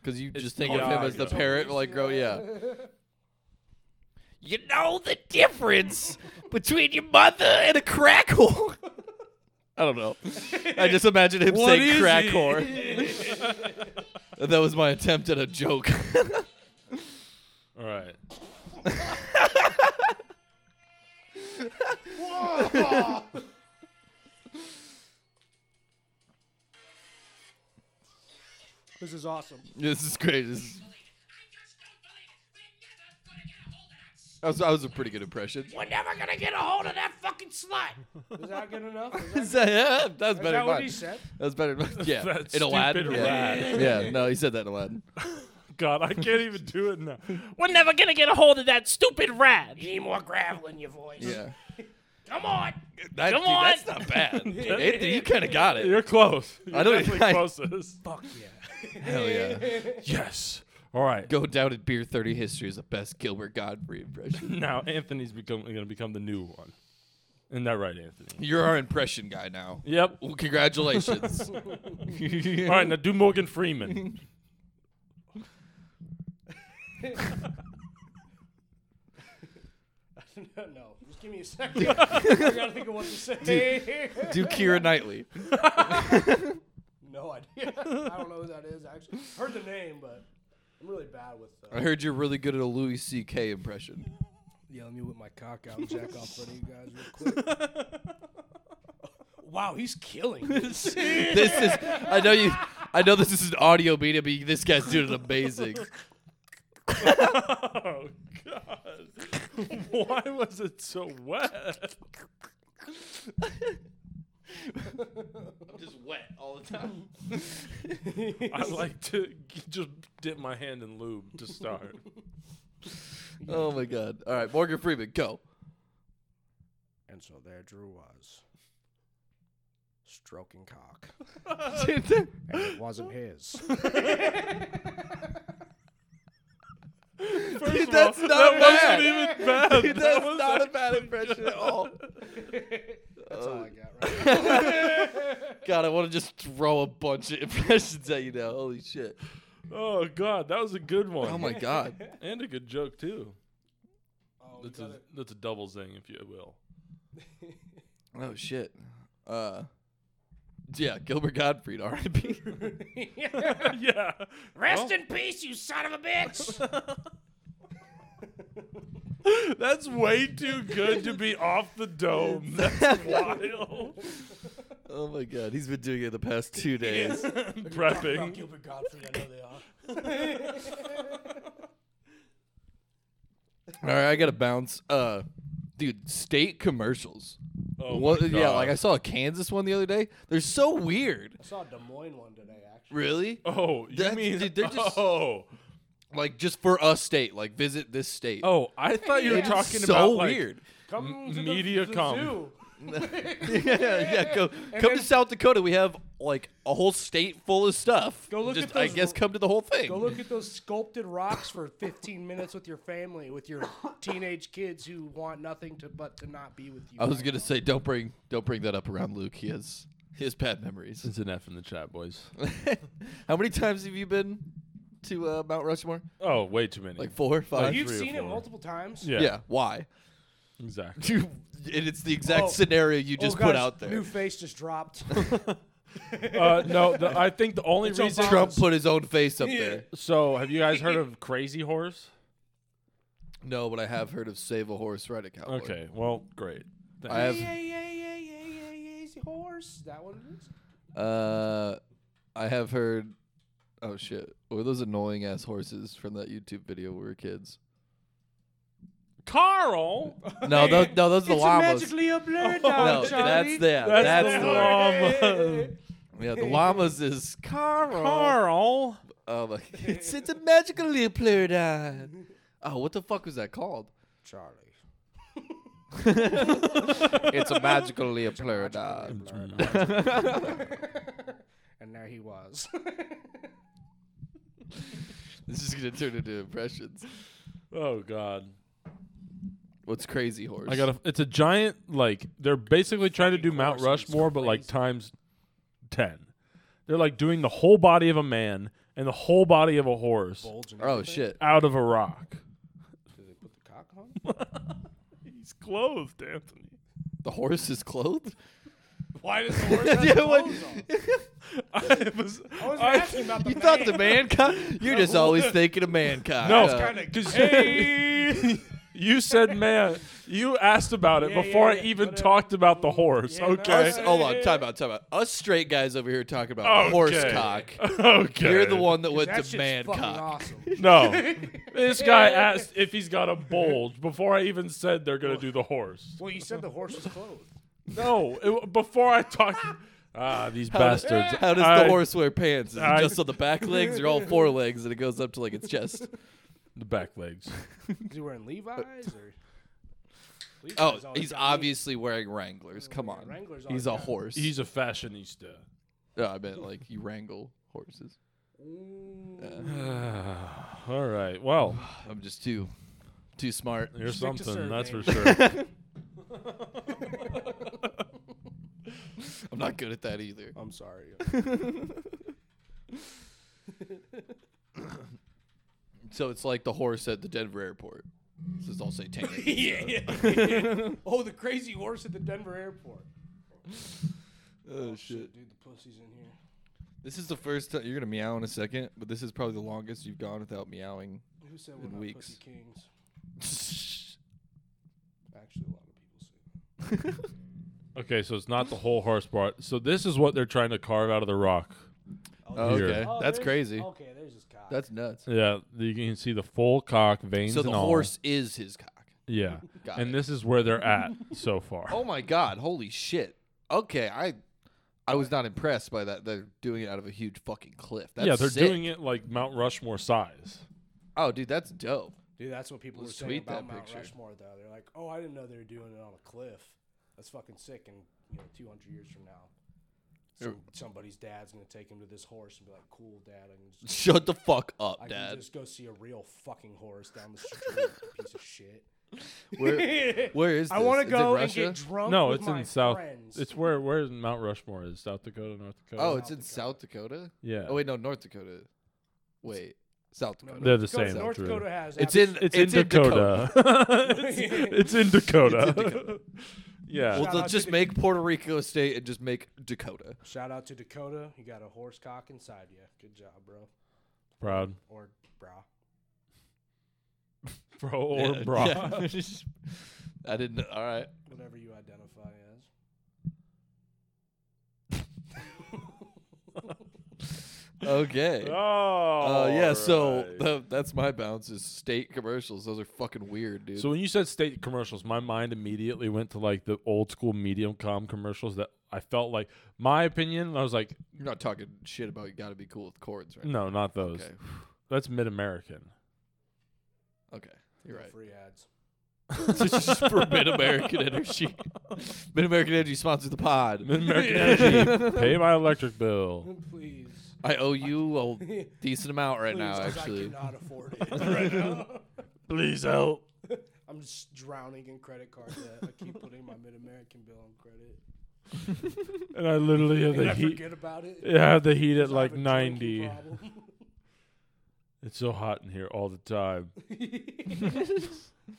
because you just think of him
yeah,
as the
yeah.
parrot, like grow, yeah. You know the difference between your mother and a crack whore. I don't know. I just imagine him
What is
saying crack
he?
whore. that was my attempt at a joke.
All right.
This is awesome.
This is great. This is- That was, that was a pretty good impression.
Is that good enough?
Is
Is that,
that, yeah, that was better
is that
than
what he
mine.
said?
That was better than mine. Yeah.
That
in Aladdin.
stupid
Yeah.
rat.
yeah, no, he said that in Aladdin.
God, I can't even do it now.
We're never gonna get a hold of that stupid rat. You need more gravel in your voice.
Yeah.
Come on.
That,
Come on.
That's not bad. Anthony, you kind of got it.
You're close. You're
I don't-
definitely
I-
closest.
Fuck yeah.
Hell yeah.
Yes. All right.
Go down in Beer 30 history as the best Gilbert Godfrey impression.
Now Anthony's become going to become the new one. Isn't that right, Anthony?
You're our impression guy now.
Yep.
Well, congratulations.
All right, now do Morgan Freeman.
no, no, just give me a second. I gotta think of what to say.
Do Kira Knightley.
no idea. I don't know who that is. Actually, heard the name, but I'm really bad with.
I
Uh,
heard you're really good at a Louis C.K. impression.
yeah, let me whip my cock out and jack off front of you guys real quick. wow, he's killing. this.
this is I know you I know this is an audio medium, but this guy's doing amazing.
oh God! Why was it so wet?
Just wet all the time.
I like to g- just dip my hand in lube to start.
Oh my god. All right, Morgan Freeman, go.
And so there Drew was, stroking cock. And it wasn't his.
First of
that's
all,
not
that
bad.
wasn't even bad. that
Dude, that's
was
not a bad impression at all.
That's all I got right now.
God, I want to just throw a bunch of impressions at you now. Holy shit.
Oh God, that was a good one.
Oh my god.
And a good joke too.
Oh, we
That's a,
gotta-
that's a double zing, if you will.
Oh shit. Uh yeah, Gilbert Gottfried, R.I.P.
yeah.
Rest in peace, you son of a bitch.
That's way too good to be off the dome. That's wild.
Oh my god, he's been doing it the past two days.
Fuck
Prepping.
Gilbert Godfrey, I know they are.
All right, I gotta bounce. Uh, dude, state commercials.
Oh my
What- yeah,
God.
like I saw a Kansas one the other day. They're so weird.
I saw a Des Moines one today, actually.
Really?
Oh, you
That's-
mean
dude, they're just-
oh
Like just for us state, like visit this state.
oh? I thought you were
It's
talking
so
about like,
weird.
Come to
media
the,
come.
The zoo.
yeah, yeah. Go,
And
come
then-
to South Dakota. We have like a whole state full of stuff.
Go look
Just,
at those
I guess
r-
come to the whole thing.
Go look at those sculpted rocks for 15 minutes with your family, with your teenage kids who want nothing to but to not be with you.
I was gonna say don't bring don't bring that up around Luke. He has he has bad memories.
It's an F in the chat, boys.
How many times have you been to uh, Mount Rushmore?
Oh, way too many.
Like four, five.
you-
You've
three or
seen it
four.
multiple times.
yeah,
yeah. Why?
exactly.
You, and it's the exact
Oh.
scenario you
Oh,
just
guys,
put out there.
New face just dropped.
Uh, no, the, I think the only
It's on
reason.
Fox.
Trump put his own face up
Yeah.
there.
So, have you guys heard of Crazy Horse?
No, but I have heard of Save a Horse, Ride a Cowboy.
Okay, well, great. Thank-
I have
yeah, yeah, yeah, yeah, yeah, yeah, he's a horse. That one it is.
Uh, I have heard. Oh shit! What were those annoying ass horses from that YouTube video we were kids?
Carl,
No, those, no, those are the
It's
llamas.
magically a blur
no, that's
Charlie.
them.
That's
That's,
the
them.
llama.
Yeah, the llamas is Carl.
Carl.
Oh my! It's, it's a magically pleurodon. Oh, what the fuck was that called?
Charlie.
It's a magically pleurodon.
and there he was.
This is gonna turn into impressions.
Oh God,
What's crazy horse?
I got. to It's a giant. Like they're basically trying to do Mount
horse is
Rushmore, but like times ten. They're like doing the whole body of a man and the whole body of a horse
Oh shit!
out of a rock.
Did they put the cock on?
He's clothed, Anthony.
The horse is clothed.
Why does the horse have
Yeah, what-
clothes on?
I was,
I was
I-
asking about the
You thought the man cock? You're just always thinking of man cock.
No,
Uh,
kinda
'cause you- you said man. You asked about it
Yeah,
before I
yeah, yeah,
even
whatever.
talked about the horse.
Yeah, no,
okay.
Us, hold on, time out, time out. Us straight guys over here talking about
Okay.
horse cock.
Okay.
You're the one that went
That
to
shit's
man
fucking
cock.
awesome.
No. This guy asked if he's got a bulge before I even said they're going to do the horse.
Well, you said the horse was clothed.
No, it- before I talked. Ah, these bastards.
How does
I-
the horse wear pants? Is
I-
it just on the back legs or all four legs and it goes up to like its chest?
The back legs.
Is he wearing Levi's or? Levi's
Oh,
always
he's
got
obviously wearing Wranglers. Come
Levi's.
on.
Wranglers always
He's a
got-
horse.
He's a fashionista.
No, I meant like you wrangle horses.
Ooh.
All right. Well,
I'm just too too smart.
here's
Stick to
something.
serve,
That's for
baby.
sure.
I'm not good at that either.
I'm sorry.
So it's like the horse at the Denver airport. This is all satanic.
yeah, yeah. oh, the crazy horse at the Denver airport.
oh shit.
Dude, the pussy's in here.
This is the first time you're gonna meow in a second, but this is probably the longest you've gone without meowing.
Who said
In
we're not
weeks.
pussy kings? Actually, a lot of people say. that.
Okay, so it's not the whole horse part. So this is what they're trying to carve out of the rock.
Oh,
Here.
okay,
Oh,
that's
there's-
crazy.
Okay, there's his cock.
That's nuts.
Yeah, you can see the full cock, veins
So the
and all.
horse is his cock.
Yeah.
Got
and
it.
this is where they're at so far.
Oh my god! Holy shit! Okay, I, I was not impressed by that. They're doing it out of a huge fucking cliff. That's
yeah, they're
sick.
doing it like Mount Rushmore size.
Oh, dude, that's dope.
Dude, that's what people were
Let's
saying
tweet
about
that
Mount
picture.
Rushmore, though. They're like, "Oh, I didn't know they were doing it on a cliff. That's fucking sick." And you know, 200 years from now,
Er,
some, somebody's dad's gonna take him to this horse and be like, "Cool, dad, I can just,
Shut the fuck up,
I can
Dad.
just go see a real fucking horse down the street, you piece of shit."
Where, where is? This?
I want
Is
to
it
go and
Russia?
get drunk.
no,
with
it's
my
in South.
Friends.
It's where where is Mount Rushmore is South Dakota, North Dakota.
Oh, it's in South Dakota.
yeah.
Oh wait, no, North Dakota. Wait, South Dakota.
They're the
Dakota-
same.
North
through.
Dakota has.
It's
abs-
in.
It's, in Dakota. it's, in Dakota. yeah.
Well,
Shout
they'll
out to
just
Dak-
make Puerto Rico a state and just make Dakota.
Shout out to Dakota. You got a horse cock inside you. Good job, bro.
proud.
Or brah.
Bro or
Yeah,
bra.
yeah. I didn't. All right.
whatever you identify as.
Okay.
Oh,
Uh, yeah, so
right.
tha- that's my bounce is state commercials. Those are fucking weird, dude.
So when you said state commercials, my mind immediately went to like the old school medium.com commercials that I felt like my opinion. I was like,
You're not talking shit about you got to be cool with chords, right?
no, not those.
Okay.
That's mid American.
Okay. You're right.
Free ads.
This is for Mid American Energy. Mid American Energy sponsors the pod.
Mid American Energy, pay my electric bill.
Please.
I owe you a
Please,
decent amount right now,
'cause I
actually.
cannot afford it right now.
Please help.
I'm just drowning in credit card debt. I keep putting my Mid American bill on credit.
And I literally have
And
the
I
heat.
forget about it.
Yeah, I have the heat at
I
like
have a drinking
90.
problem.
It's so hot in here all the time.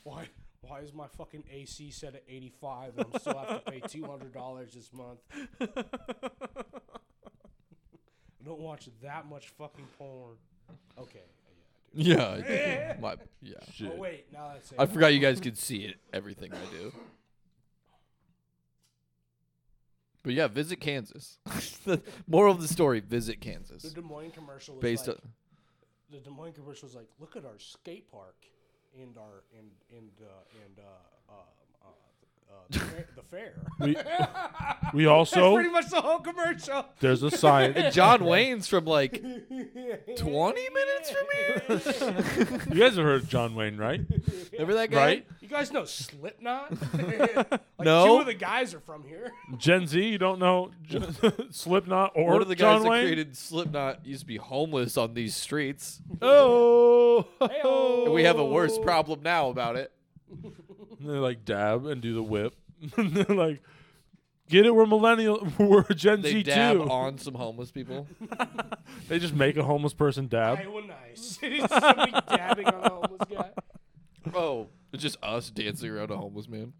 why? Why is my fucking AC set at 85 and I'm still have to pay $200 this month? I don't watch that much fucking porn. Okay. Yeah,
Yeah. I do. My, yeah.
I do.
Shit.
Oh wait, now that's it.
I forgot you guys could see it, everything I do. But yeah, visit Kansas. the moral of the story, visit
the
Kansas.
Des Moines commercial was
Based
like,
on
the Des Moines commercial was like, look at our skate park and our and and uh, and uh, um, uh, uh, the, fair, the fair.
We, we
That's
also,
pretty much the whole commercial.
there's a sign.
John Wayne's from like 20 minutes from here.
You guys have heard of John Wayne, right?
Remember that guy?
Right?
You guys know Slipknot? like
No.
Two of the guys are from here.
Gen Z, you don't know J- Slipknot or
One of the guys
John
that
Wayne?
created Slipknot used to be homeless on these streets.
Oh,
Hey-o.
And we have a worse problem now about it.
And they like dab and do the whip. and they're like, get it? We're millennial. We're Gen
They
Z
dab
too.
on some homeless people.
They just make a homeless person dab.
Iowa nice. It's somebody dabbing on a homeless guy.
Oh, it's just us dancing around a homeless man.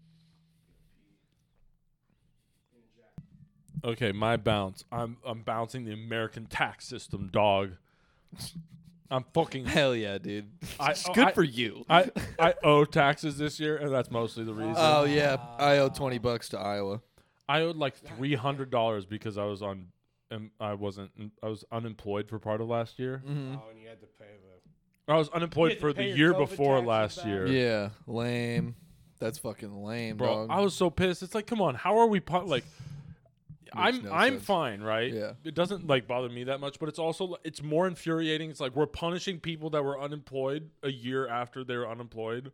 Okay, my bounce. I'm I'm bouncing the American tax system, dog. I'm fucking.
Hell yeah, dude.
I-
It's
oh,
good
I-
for you.
I I owe taxes this year, and that's mostly the reason.
Oh yeah, I owe twenty bucks to Iowa.
I owed like three hundred dollars because I was on, um, I wasn't, I was unemployed for part of last year.
Mm-hmm.
Oh, and you had to pay the.
I was unemployed
You had to
for the
pay your
year
COVID
before
taxes
last
back.
year.
Yeah, lame. That's fucking lame,
bro.
dog.
I was so pissed. It's like, come on, how are we po- like? I'm
no
I'm
sense.
fine, right?
Yeah.
It doesn't like bother me that much, but it's also li- it's more infuriating. It's like we're punishing people that were unemployed a year after they were unemployed.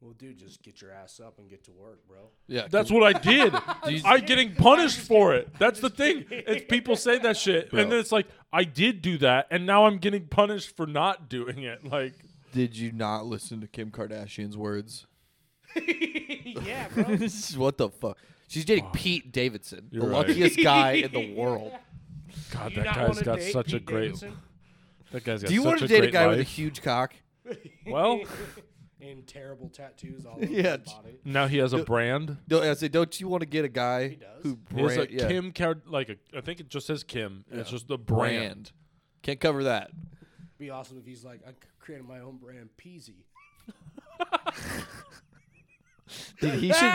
Well, dude, just get your ass up and get to work, bro.
yeah,
That's what I did.
you-
I'm getting punished for it. That's the thing. It's people say that shit,
Bro.
and then it's like I did do that, and now I'm getting punished for not doing it. Like,
did you not listen to Kim Kardashian's words?
yeah, bro.
This is what the fuck. She's dating Pete Davidson,
You're
the
right.
luckiest guy in the world.
God,
You
that
not
guy's
wanna
got
date
such a
Pete
great.
Davidson?
That guy's got
Do you
such
want
a
to date a
great
guy with a
life.
huge cock?
Well,
and terrible tattoos all over
Yeah,
his
j-
body.
now he has a brand.
No, I say, don't you want to get a guy
does.
who
He has
brand,
a
yeah,
Kim, Kar- like a, I think it just says Kim. and It's just the brand.
brand? Can't cover that.
be awesome if he's like, I c- created my own brand, Peasy.
Dude, he should.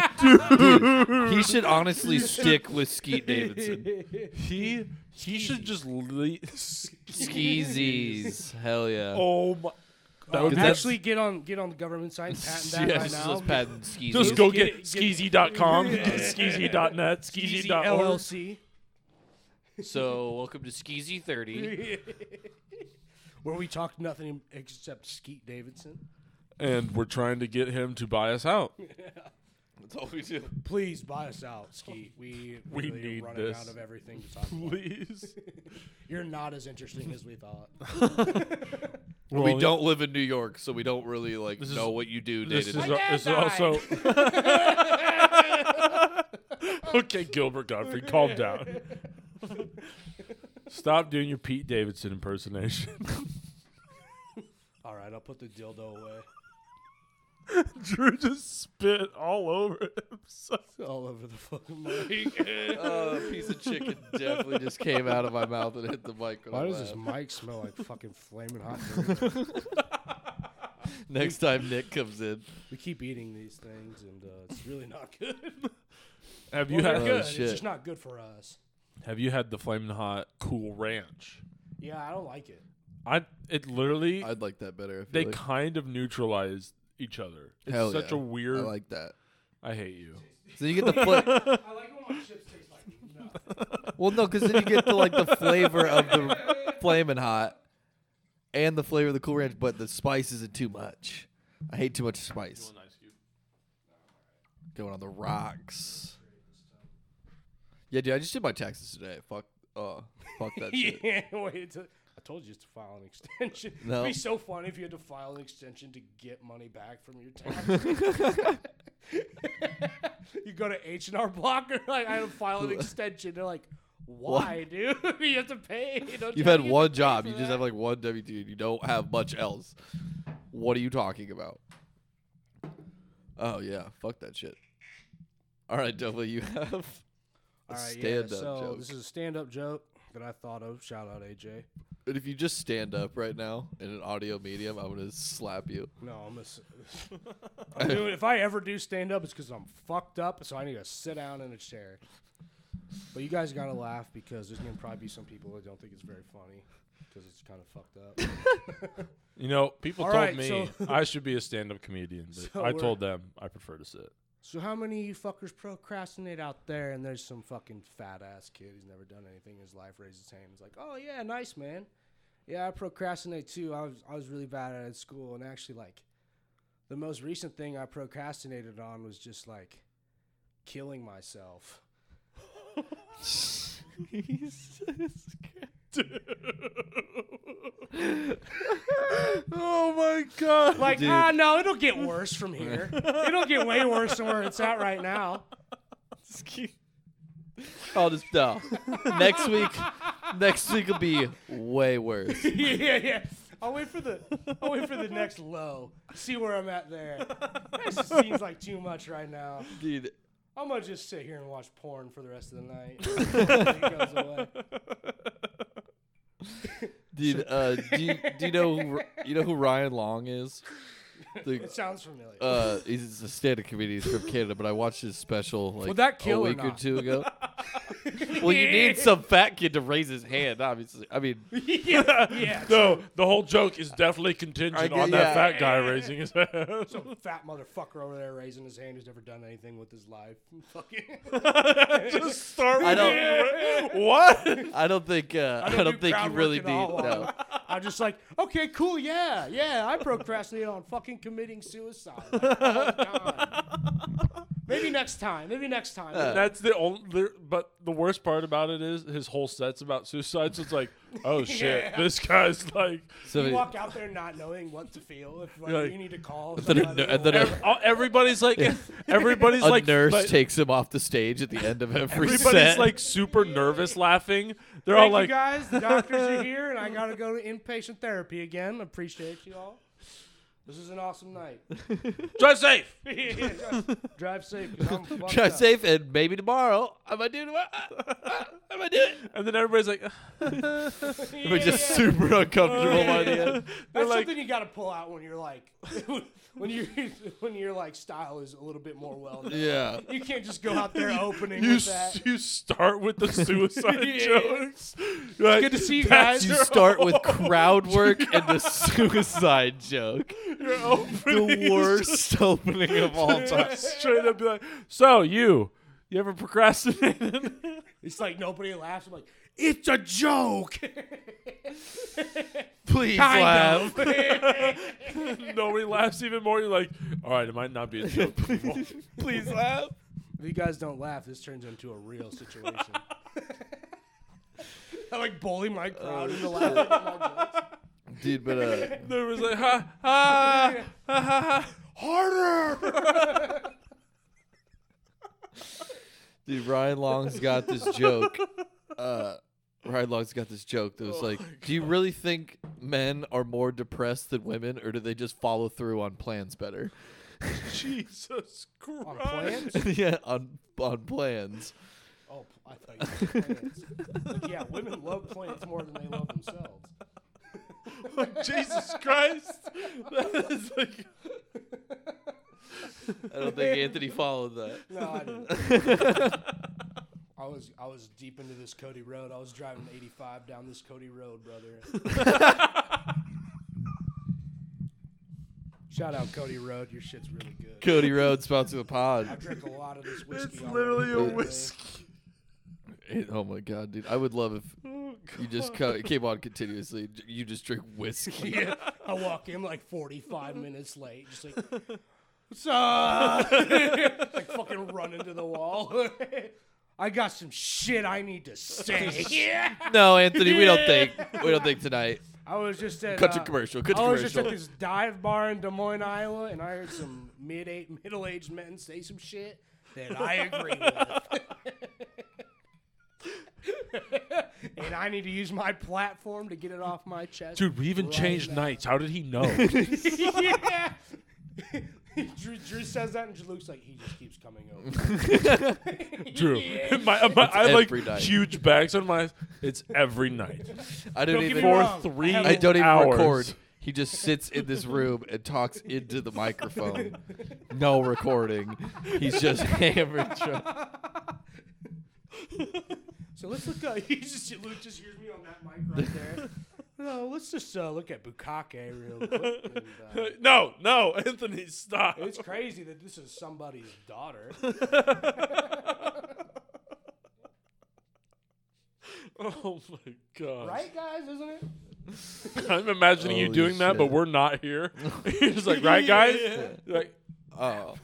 dude, he should honestly stick with Skeet Davidson.
He he should just leave.
Skeezies, hell yeah.
oh my! That
Um,
would
actually, get on get on the government side, patent that
yeah,
right
just,
now.
just patent Skeezies.
just go
get
get,
it-
skeezy.com, skeezy.net,
Peasy
skeezy.org.
LLC,
So, welcome to Skeezy 30.
where we talk nothing except Skeet Davidson.
And we're trying to get him to buy us out.
That's all we do.
Please buy us out, Skeet. We
We
really
need
are running
this.
out of everything to talk about.
Please.
You're not as interesting as we thought.
we don't live in New York, so we don't really like
is-
know what you do day
This
to
is,
day.
al- this is also. okay, Gilbert Godfrey, calm down. Stop doing your Pete Davidson impersonation.
All right, I'll put the dildo away.
Drew just spit all over himself.
All over the fucking mic.
Uh, a piece of chicken definitely just came out of my mouth and hit the mic. when I
Why does this
laughed.
mic smell like fucking flaming hot? burgers?
Next time Nick comes in,
we keep eating these things, and uh, it's really not good.
Have you
They're
had
good.
shit.
It's just not good for us.
Have you had the flaming hot cool ranch?
Yeah, I don't like it.
I it literally
I'd like that better. I feel
they
like.
kind of neutralize each other. It's
Hell
such
yeah.
a weird.
I
I,
like that.
hate you.
So you get the fla-
I like when my chips taste like nothing.
well, no, because then you get the like the flavor of the flaming hot, and the flavor of the cool ranch, but the spice isn't too much. I hate too much spice. Going on the rocks. Yeah, dude, I just did my taxes today. Fuck, uh, fuck that shit.
yeah, wait. It's a, I told you to file an extension.
No.
It'd be so funny if you had to file an extension to get money back from your taxes. you go to H and R Blocker, like I had to file an extension. They're like, why, dude? you have to pay. Don't
You've
you have
had
to get
one
paid
job.
for
You just
that?"
have like one W two, and you don't have much else. What are you talking about? Oh yeah, fuck that shit. All right, W, you have a
All right,
stand-up
yeah, so
joke.
This is a stand-up joke that I thought of. Shout out AJ.
And if you just stand up right now in an audio medium, I'm gonna slap you.
No, I'm a. s- I'm doing, if I ever do stand up, it's because I'm fucked up, so I need to sit down in a chair. But you guys gotta laugh because there's gonna probably be some people that don't think it's very funny because it's kind of fucked up.
You know, people
All
told
right,
me
so-
I should be a stand-up comedian, but
So
I
we're-
told them I prefer to sit.
so how many of you fuckers procrastinate out there? And there's some fucking fat ass kid who's never done anything in his life raises his hand. He's like, "Oh yeah, nice man. Yeah, I procrastinate too. I was I was really bad at it at school, and actually like, the most recent thing I procrastinated on was just like, killing myself."
oh my god!
Like, ah, no, it'll get worse from here. it'll get way worse than where it's at right now.
I'll just no. next week, next week will be way worse.
yeah, yeah. I'll wait for the I'll wait for the next low. See where I'm at there. This just seems like too much right now.
Dude,
I'm gonna just sit here and watch porn for the rest of the night. it goes away.
dude, uh, do you do you know who, R- you know who Ryan Long is? The
It sounds familiar.
uh, he's a stand-up comedian. He's from Canada, but I watched his special like
Would that
a
kill or
week or,
not?
two ago. well, you need some fat kid to raise his hand, obviously. I mean,
yeah, yeah.
No, the whole joke is definitely
I
contingent
get-
on that
yeah.
fat guy raising his hand.
Some fat motherfucker over there raising his hand who's never done anything with his life. Fucking.
Just start.
I
with
don't-
it. What?
I don't think uh, I don't, think you
crowd
really need.
work at all.
No.
I'm just like, okay, cool, yeah, yeah. I procrastinate on fucking committing suicide. like, all the time. Maybe next time. Maybe next time.
That's the only. But the worst part about it is his whole set's about suicide. So it's like, oh shit,
Yeah.
this guy's like.
So
you walk out there not knowing what to feel. If like,
Like-
you need to call.
then a-
Somebody,
and then
ev- all- everybody's like, everybody's
a
like,
nurse
like-
takes him off the stage at the end of every
everybody's
set.
like super nervous, laughing. They're all
Thank
like,
you guys. The doctors are here, and I gotta go to inpatient therapy again. Appreciate you all. This is an awesome night.
drive safe.
Drive safe. 'cause I'm fucked
Try
up.
safe and maybe tomorrow I might do it. tomorrow. Ah, ah, I might do it.
And then everybody's like,
We're just super uncomfortable by the end.
That's
like-
something you got to pull out when you're like, when you when your like style is a little bit more well known.
Yeah.
You can't just go out there opening
you,
with
s-
that.
you start with the suicide
Yeah.
jokes. Like,
Good to see you
that's
guys.
You
your-
start with crowd work and the suicide joke.
your opening
The
is
worst opening of all time.
just Straight up, be like, so you, you ever procrastinated?
It's like nobody laughs. I'm like, it's a joke.
Please
kind
laugh.
of. yeah,
Nobody laughs even more. You're like, all right, it might not be a joke. anymore."
Please laugh.
If you guys don't laugh, this turns into a real situation. I like bully
Uh,
my crowd into laughing at my jokes.
Dude, but uh,
They was like, ha ha ha ha ha. Harder!
Dude, Ryan Long's got this joke. Uh, Ryan Long's got this joke that was like, "Do you really think men are more depressed than women, or do they just follow through on plans better?"
Jesus Christ.
On plans?
yeah, on on plans.
Oh, I thought you said plants. Like, yeah, women love plants more than they love themselves.
Jesus Christ. That is like,
I don't think Anthony followed that.
No, I didn't. I I was I was deep into this Cody Road. I was driving 85 down this Cody Road, brother. Shout out Cody Road. Your shit's really good.
Cody Road sponsor the
I
pod.
drank a lot of this whiskey.
It's
already
literally a
today.
whiskey.
It- oh my god, dude! I would love if
Oh,
you just
God.
co- came on continuously. j- You just drink whiskey.
I walk in like 45 minutes late, just like, what's up? like fucking run into the wall. I got some shit I need to say.
no, Anthony, we don't think we don't think tonight.
I was just at
Cut to
uh,
commercial. Cut to
I was just at
commercial.
this dive bar in Des Moines, Iowa, and I heard some mid middle aged men say some shit that I agree with. and I need to use my platform to get it off my chest.
Dude, we even
right
changed
now.
nights. How did he know?
yeah. Drew, Drew says that, and Drew looks like he just keeps coming over.
Drew, my, my, I have, like
every night.
huge bags on my. eyes. It's every night.
I don't
Don't get me
even.
For
wrong,
three
I have a-
I don't even
hours.
record. He just sits in this room and talks into the microphone. No recording. He's just hammered. drunk.
so let's look. Uh, he just Luke just hears me on that mic right there. No, let's just uh, look at Bukake real quick. and, uh,
no, no, Anthony, stop.
it's crazy that this is somebody's daughter.
Oh my god.
Right, guys, isn't it?
I'm imagining you
Holy
doing that, but
shit.
we're not here. You're just like, right, guys? Like,
Oh,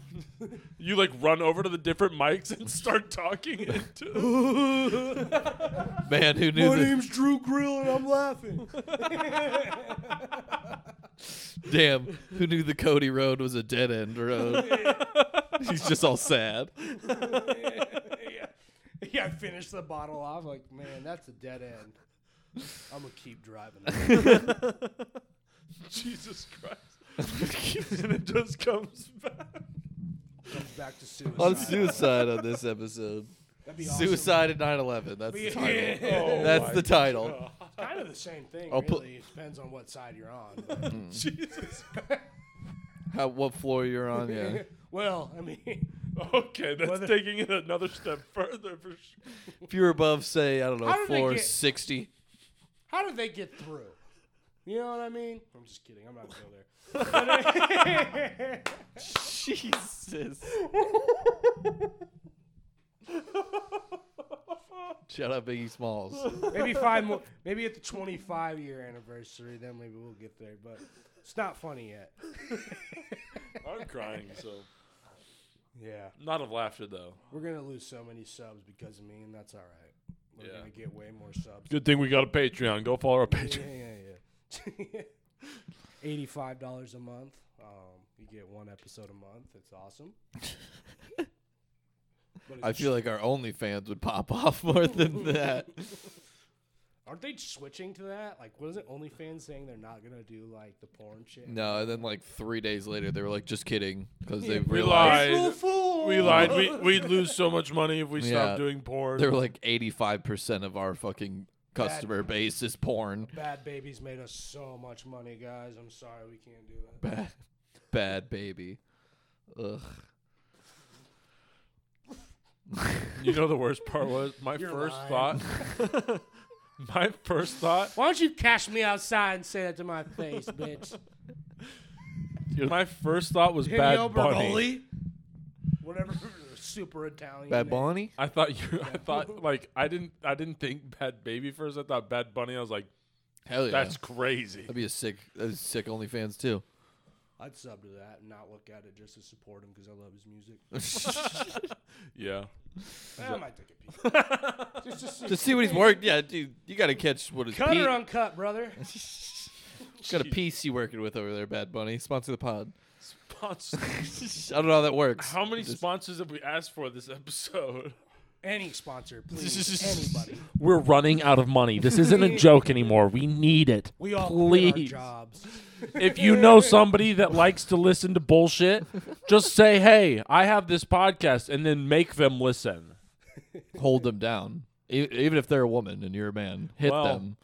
you like run over to the different mics and start talking into.
man, who knew this?
Drew Grill, and I'm laughing.
Damn, who knew the Cody Road was a dead end road? He's just all sad.
yeah. yeah, I finished the bottle off. Like, man, that's a dead end. I'm gonna keep driving.
Jesus Christ. and it just comes back.
comes back to suicide.
On suicide on this episode.
That'd be awesome.
Suicide at 9 11. That's the
Yeah.
title.
Oh
That's
my
the title.
Kind of the same thing.
I'll
really,
put-
it depends on what side you're on.
Jesus.
How, what floor you're on, yeah.
well, I mean,
Okay, that's
Whether-
taking it another step further for sure.
If you're above, say, I don't know,
How did they
floor
get-
60.
how did they get through? You know what I mean? I'm just kidding. I'm not gonna go there.
Jesus. Shout out Biggie Smalls.
maybe five more. Maybe at the 25 year anniversary, then maybe we'll get there. But it's not funny yet.
I'm crying, so.
Yeah,
Not of laughter, though.
we're gonna lose so many subs because of me, and that's all right. We're
Yeah.
gonna get way more subs.
Good thing we got a Patreon. Go follow our
Yeah,
Patreon.
yeah, yeah. Eighty-five dollars a month. Um, you get one episode a month. It's awesome. But
I
it's-
feel like our OnlyFans would pop off more than that.
aren't they switching to that? Like, wasn't OnlyFans saying they're not gonna do like the porn shit?
No, and then like three days later, they were like, just kidding. Because they
We
realized.
lied. We lied. We, we'd lose so much money if we
Yeah.
stopped doing porn.
They were like 85% of our fucking customer base is porn.
Bad babies made us so much money, guys. I'm sorry we can't do it.
Bad, bad baby. Ugh.
You know the worst part was my
You're
first
lying.
thought. my first thought.
Why don't you cash me outside and say that to my face, bitch?
My first thought was
Henio
Bad Bunny.
Bergoli? Whatever, super Italian.
Bad
name.
Bonnie?
I thought you. I thought like I didn't. I didn't think Bad Baby first. I thought Bad Bunny. I was like,
Hell yeah.
that's crazy.
That'd be a sick, that'd be sick OnlyFans too.
I'd sub to that and not look at it just to support him because I love his music.
Yeah.
I might take a peek. just to see.
To see what he's working, yeah, dude, you gotta catch what his
Cut
piece,
or uncut, brother.
got a piece you working with over there, Bad Bunny. Sponsor the pod.
Sponsors.
I don't know how that works.
How many sponsors have we asked for this episode?
Any sponsor, please. Anybody.
We're running out of money. This isn't a joke anymore. We need it.
We all quit our
please.
jobs.
If you know somebody that likes to listen to bullshit,
Just say, hey, I have this podcast, and then make them listen.
Hold them down, E- even if they're a woman and you're a man. Hit
Well,
them.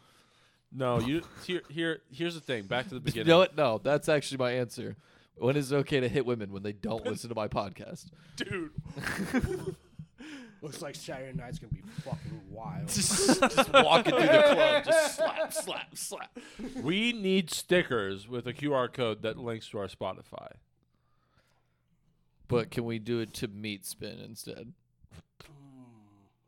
No, you here. Here, here's the thing. Back to the
You
beginning.
know what? No, that's actually my answer. When is it okay to hit women when they don't listen to my podcast?
dude.
Looks like Saturday night's gonna be fucking wild.
just, just walking through the club, just slap, slap, slap.
we need stickers with a QR code that links to our Spotify.
But can we do it to meat spin instead?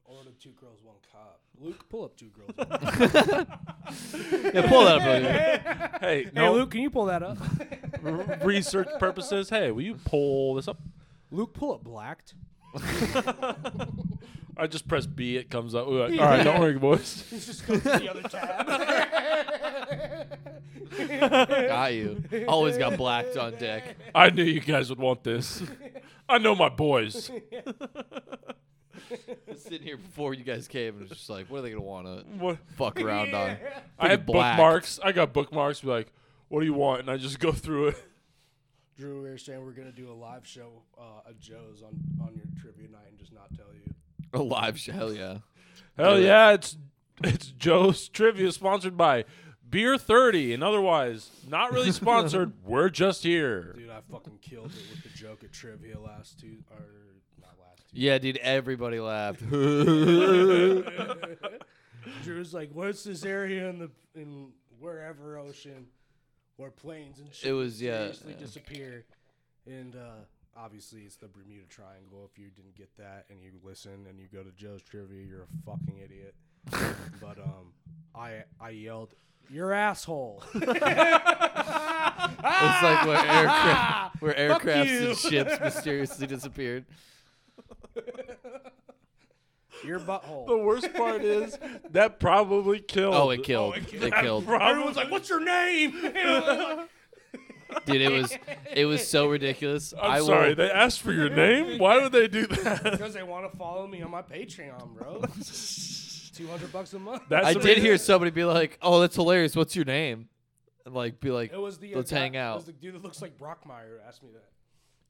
Or the two girls, one cup. Luke, pull up two girls. One cup.
Yeah, pull that up.
Hey,
Hey,
no
Luke, can you pull that up?
r- research purposes. Hey, will you pull this up?
Luke, pull up blacked.
I just press B, it comes up. We're like, All right, don't worry, boys.
He's just going to the other tab.
Got you. Always got blacked on deck.
I knew you guys would want this. I know my boys.
was sitting here before you guys came and was just like, what are they gonna want to
What?
fuck around on?
I
Freaking
had
black.
bookmarks. I got bookmarks. Be like, what do you want? And I just go through it.
Drew, we were saying we're gonna do a live show uh, at Joe's on on your trivia night and just not tell you.
A live show, hell yeah.
Hell
Do it.
yeah, it's it's Joe's Trivia sponsored by Beer 30 and otherwise not really sponsored. We're just here.
Dude, I fucking killed it with the joke at trivia last two or not last two.
Yeah, dude, everybody laughed.
Drew's like, "What's this area in the in wherever ocean where planes and shit
It was, yeah,
seriously
yeah.
disappear?" And uh, obviously, it's the Bermuda Triangle. If you didn't get that and you listen and you go to Joe's trivia, you're a fucking idiot. but um, I I yelled, "You're asshole!"
it's like where
Ah!
aircraft, where aircrafts
you.
and ships mysteriously disappeared.
Your butthole.
The worst part is that probably killed.
Oh, it killed. it, killed.
Everyone's like, "What's your name?" And I was
Dude, it was it was so ridiculous.
I'm
I will-
sorry. They asked for your name. Why would they do that?
Because they want to follow me on my Patreon, bro. Two hundred bucks a month.
That's
I
the
did
reason-
hear somebody be like, "Oh, that's hilarious. What's your name?" And like be like,
It was the uh,
"Let's
guy-
hang
it was
out."
the dude that looks like Brockmeyer asked me that.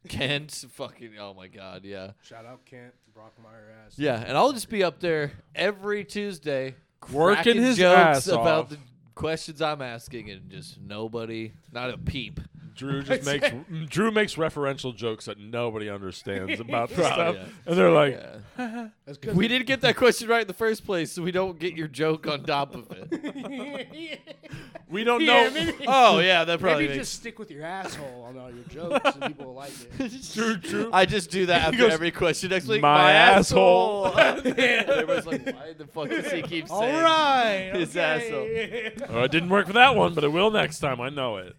Kent, fucking, oh my god, yeah,
Shout out Kent Brockmeyer ass.
yeah. And I'll just be up there every Tuesday, cracking
Working his
jokes
ass
about
off.
the questions I'm asking, and just nobody, not a peep.
Drew just makes Drew makes referential jokes that nobody understands about this stuff,
Yeah.
and they're like,
Yeah.
That's good.
We didn't get that question right in the first place, so we don't get your joke on top of it.
"We don't know."
Yeah, maybe-
oh yeah, that probably
Maybe just
makes.
stick with your asshole on all your jokes and people will like it.
Drew, Drew,
I just do that
He
after
goes,
every question next week.
"My asshole."
Everybody's like, why the fuck does he keep saying?
All right.
His
okay.
oh, it didn't work for that one, but it will next time. I know it.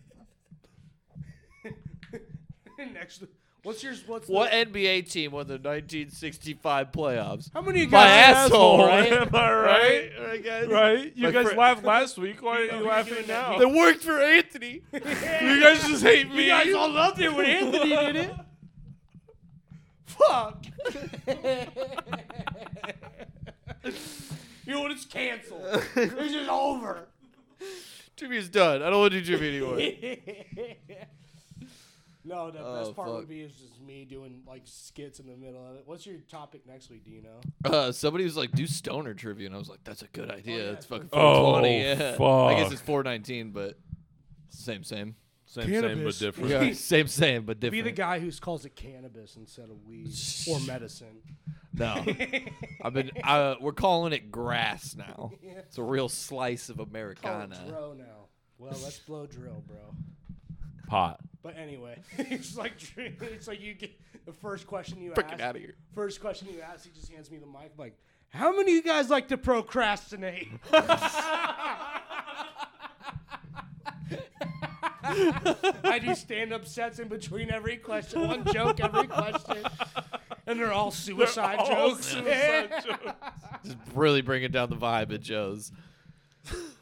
Next, what's yours? What's
What
The,
NBA team won the 1965 playoffs?
how many of you
My
guys?
asshole, right?
Oh, Am I right?
Right? Right, guys?
Right? You
My
guys
fri-
laughed last week. Why are you laughing
doing that?
now?
That worked for Anthony.
You guys just hate me.
all loved it when Anthony did it.
Fuck. you know what? It's canceled. This is over.
Jimmy's done. I don't want to do Jimmy anymore.
No, the
Oh,
best part
fuck.
would be is just me doing like skits in the middle of it. What's your topic next week? Do you know?
Uh, somebody was like, do stoner trivia. And I was like, that's a good idea.
yeah,
it's fucking
Oh,
420. yeah. I guess
fuck.
it's 419, but same, same.
Same, same, but
Cannabis.
different.
same, same, but different.
Be the guy who calls it cannabis instead of weed or medicine.
No, I've been. Uh, we're calling it grass now. It's a real slice of
Call it
Americana.
Oh, drill now. Well, let's blow drill, bro.
Pot.
But anyway, it's like it's like you get the first question you
Freaking
ask.
outta here.
First question you ask, he just hands me the mic. like, how many of you guys like to procrastinate? I do stand-up sets in between every question, one joke every question, and they're all suicide
all
jokes.
suicide jokes.
Just really bringing down the vibe at Joe's.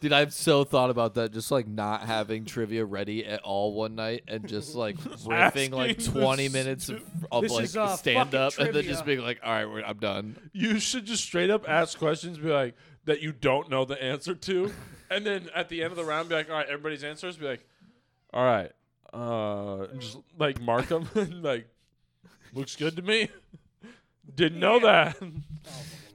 Dude, I've so thought about that. Just like not having trivia ready at all one night, and just like riffing like
Asking
twenty
this
minutes of, of
This
like
is, uh,
stand up,
fucking
and then just
trivia.
being like, "All right, we're, I'm done."
You should just straight up ask questions, be like, that you don't know the answer to. And then at the end of the round, be like, all right, everybody's answers, be like, all right. Uh, and just like mark them and like, looks good to me. Didn't know that.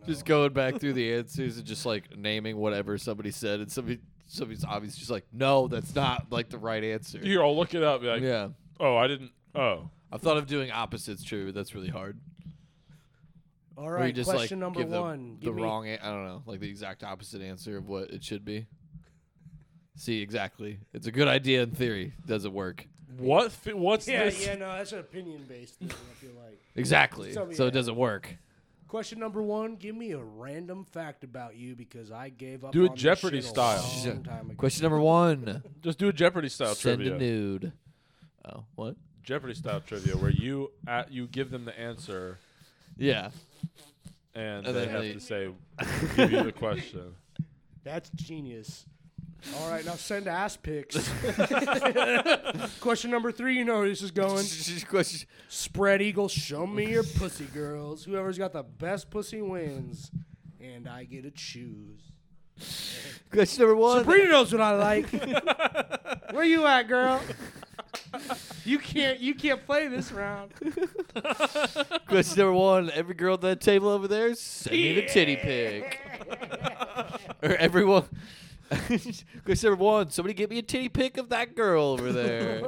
Just going back through the answers and just like naming whatever somebody said, and somebody somebody's obviously just like, "No, that's not like the right answer."
Here, I'll look it up. Be like,
Yeah,
oh, I didn't. Oh.
I've thought of doing opposites trivia. That's really hard.
All
Or you
right,
just
question
like
number
give the,
one.
the
Give me-
wrong, an- I don't know, like the exact opposite answer of what it should be. See, exactly. It's a good idea in theory. Does it work?
What? Fi- what's
Yeah,
this?
yeah, no, that's an opinion based thing. I feel like.
Exactly.
Tell me
So it
that.
doesn't work.
Question number one: Give me a random fact about you because I gave up.
Do it
on this
Jeopardy
shit a
style.
long time ago.
Question number one.
Just do a Jeopardy style
Send
trivia.
a nude. Oh, what?
Jeopardy style trivia where you at, you give them the answer
Yeah.
and,
And
they
then
have
they-
to say give you the question.
That's genius. All right, now send ass pics. Question number three. You know where this is going.
Question-
Spread eagle, show me your pussy, girls. Whoever's got the best pussy wins, and I get to choose.
Question number one.
Sabrina knows what I like. Where you at, girl? You can't. You can't play this round.
Question number one. Every girl at that table over there, send me the titty pic. or everyone. Question number one. Somebody get me a titty pic of that girl over there.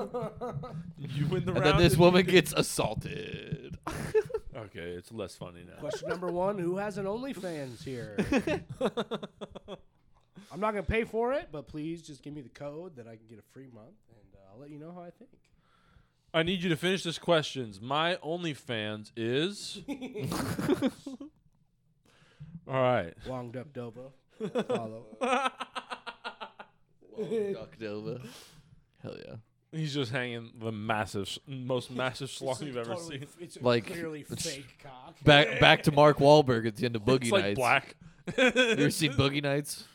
You win the
and
round.
then this
if
woman gets assaulted.
you- okay, it's less funny now.
Question number one: Who has an OnlyFans here? I'm not gonna pay for it, but please just give me the code that I can get a free month, and uh, I'll let you know how I think.
I need you to finish this questions. My OnlyFans is All right.
Long Duck Dobo. Follow.
Ducked over. Hell yeah.
He's just hanging the massive s- most massive slong you've ever
Totally-
seen.
It's
Like-
like clearly
it's-
fake cock.
Back back to Mark Wahlberg at the end of Boogie
It's like
Nights.
black.
You ever seen Boogie Nights?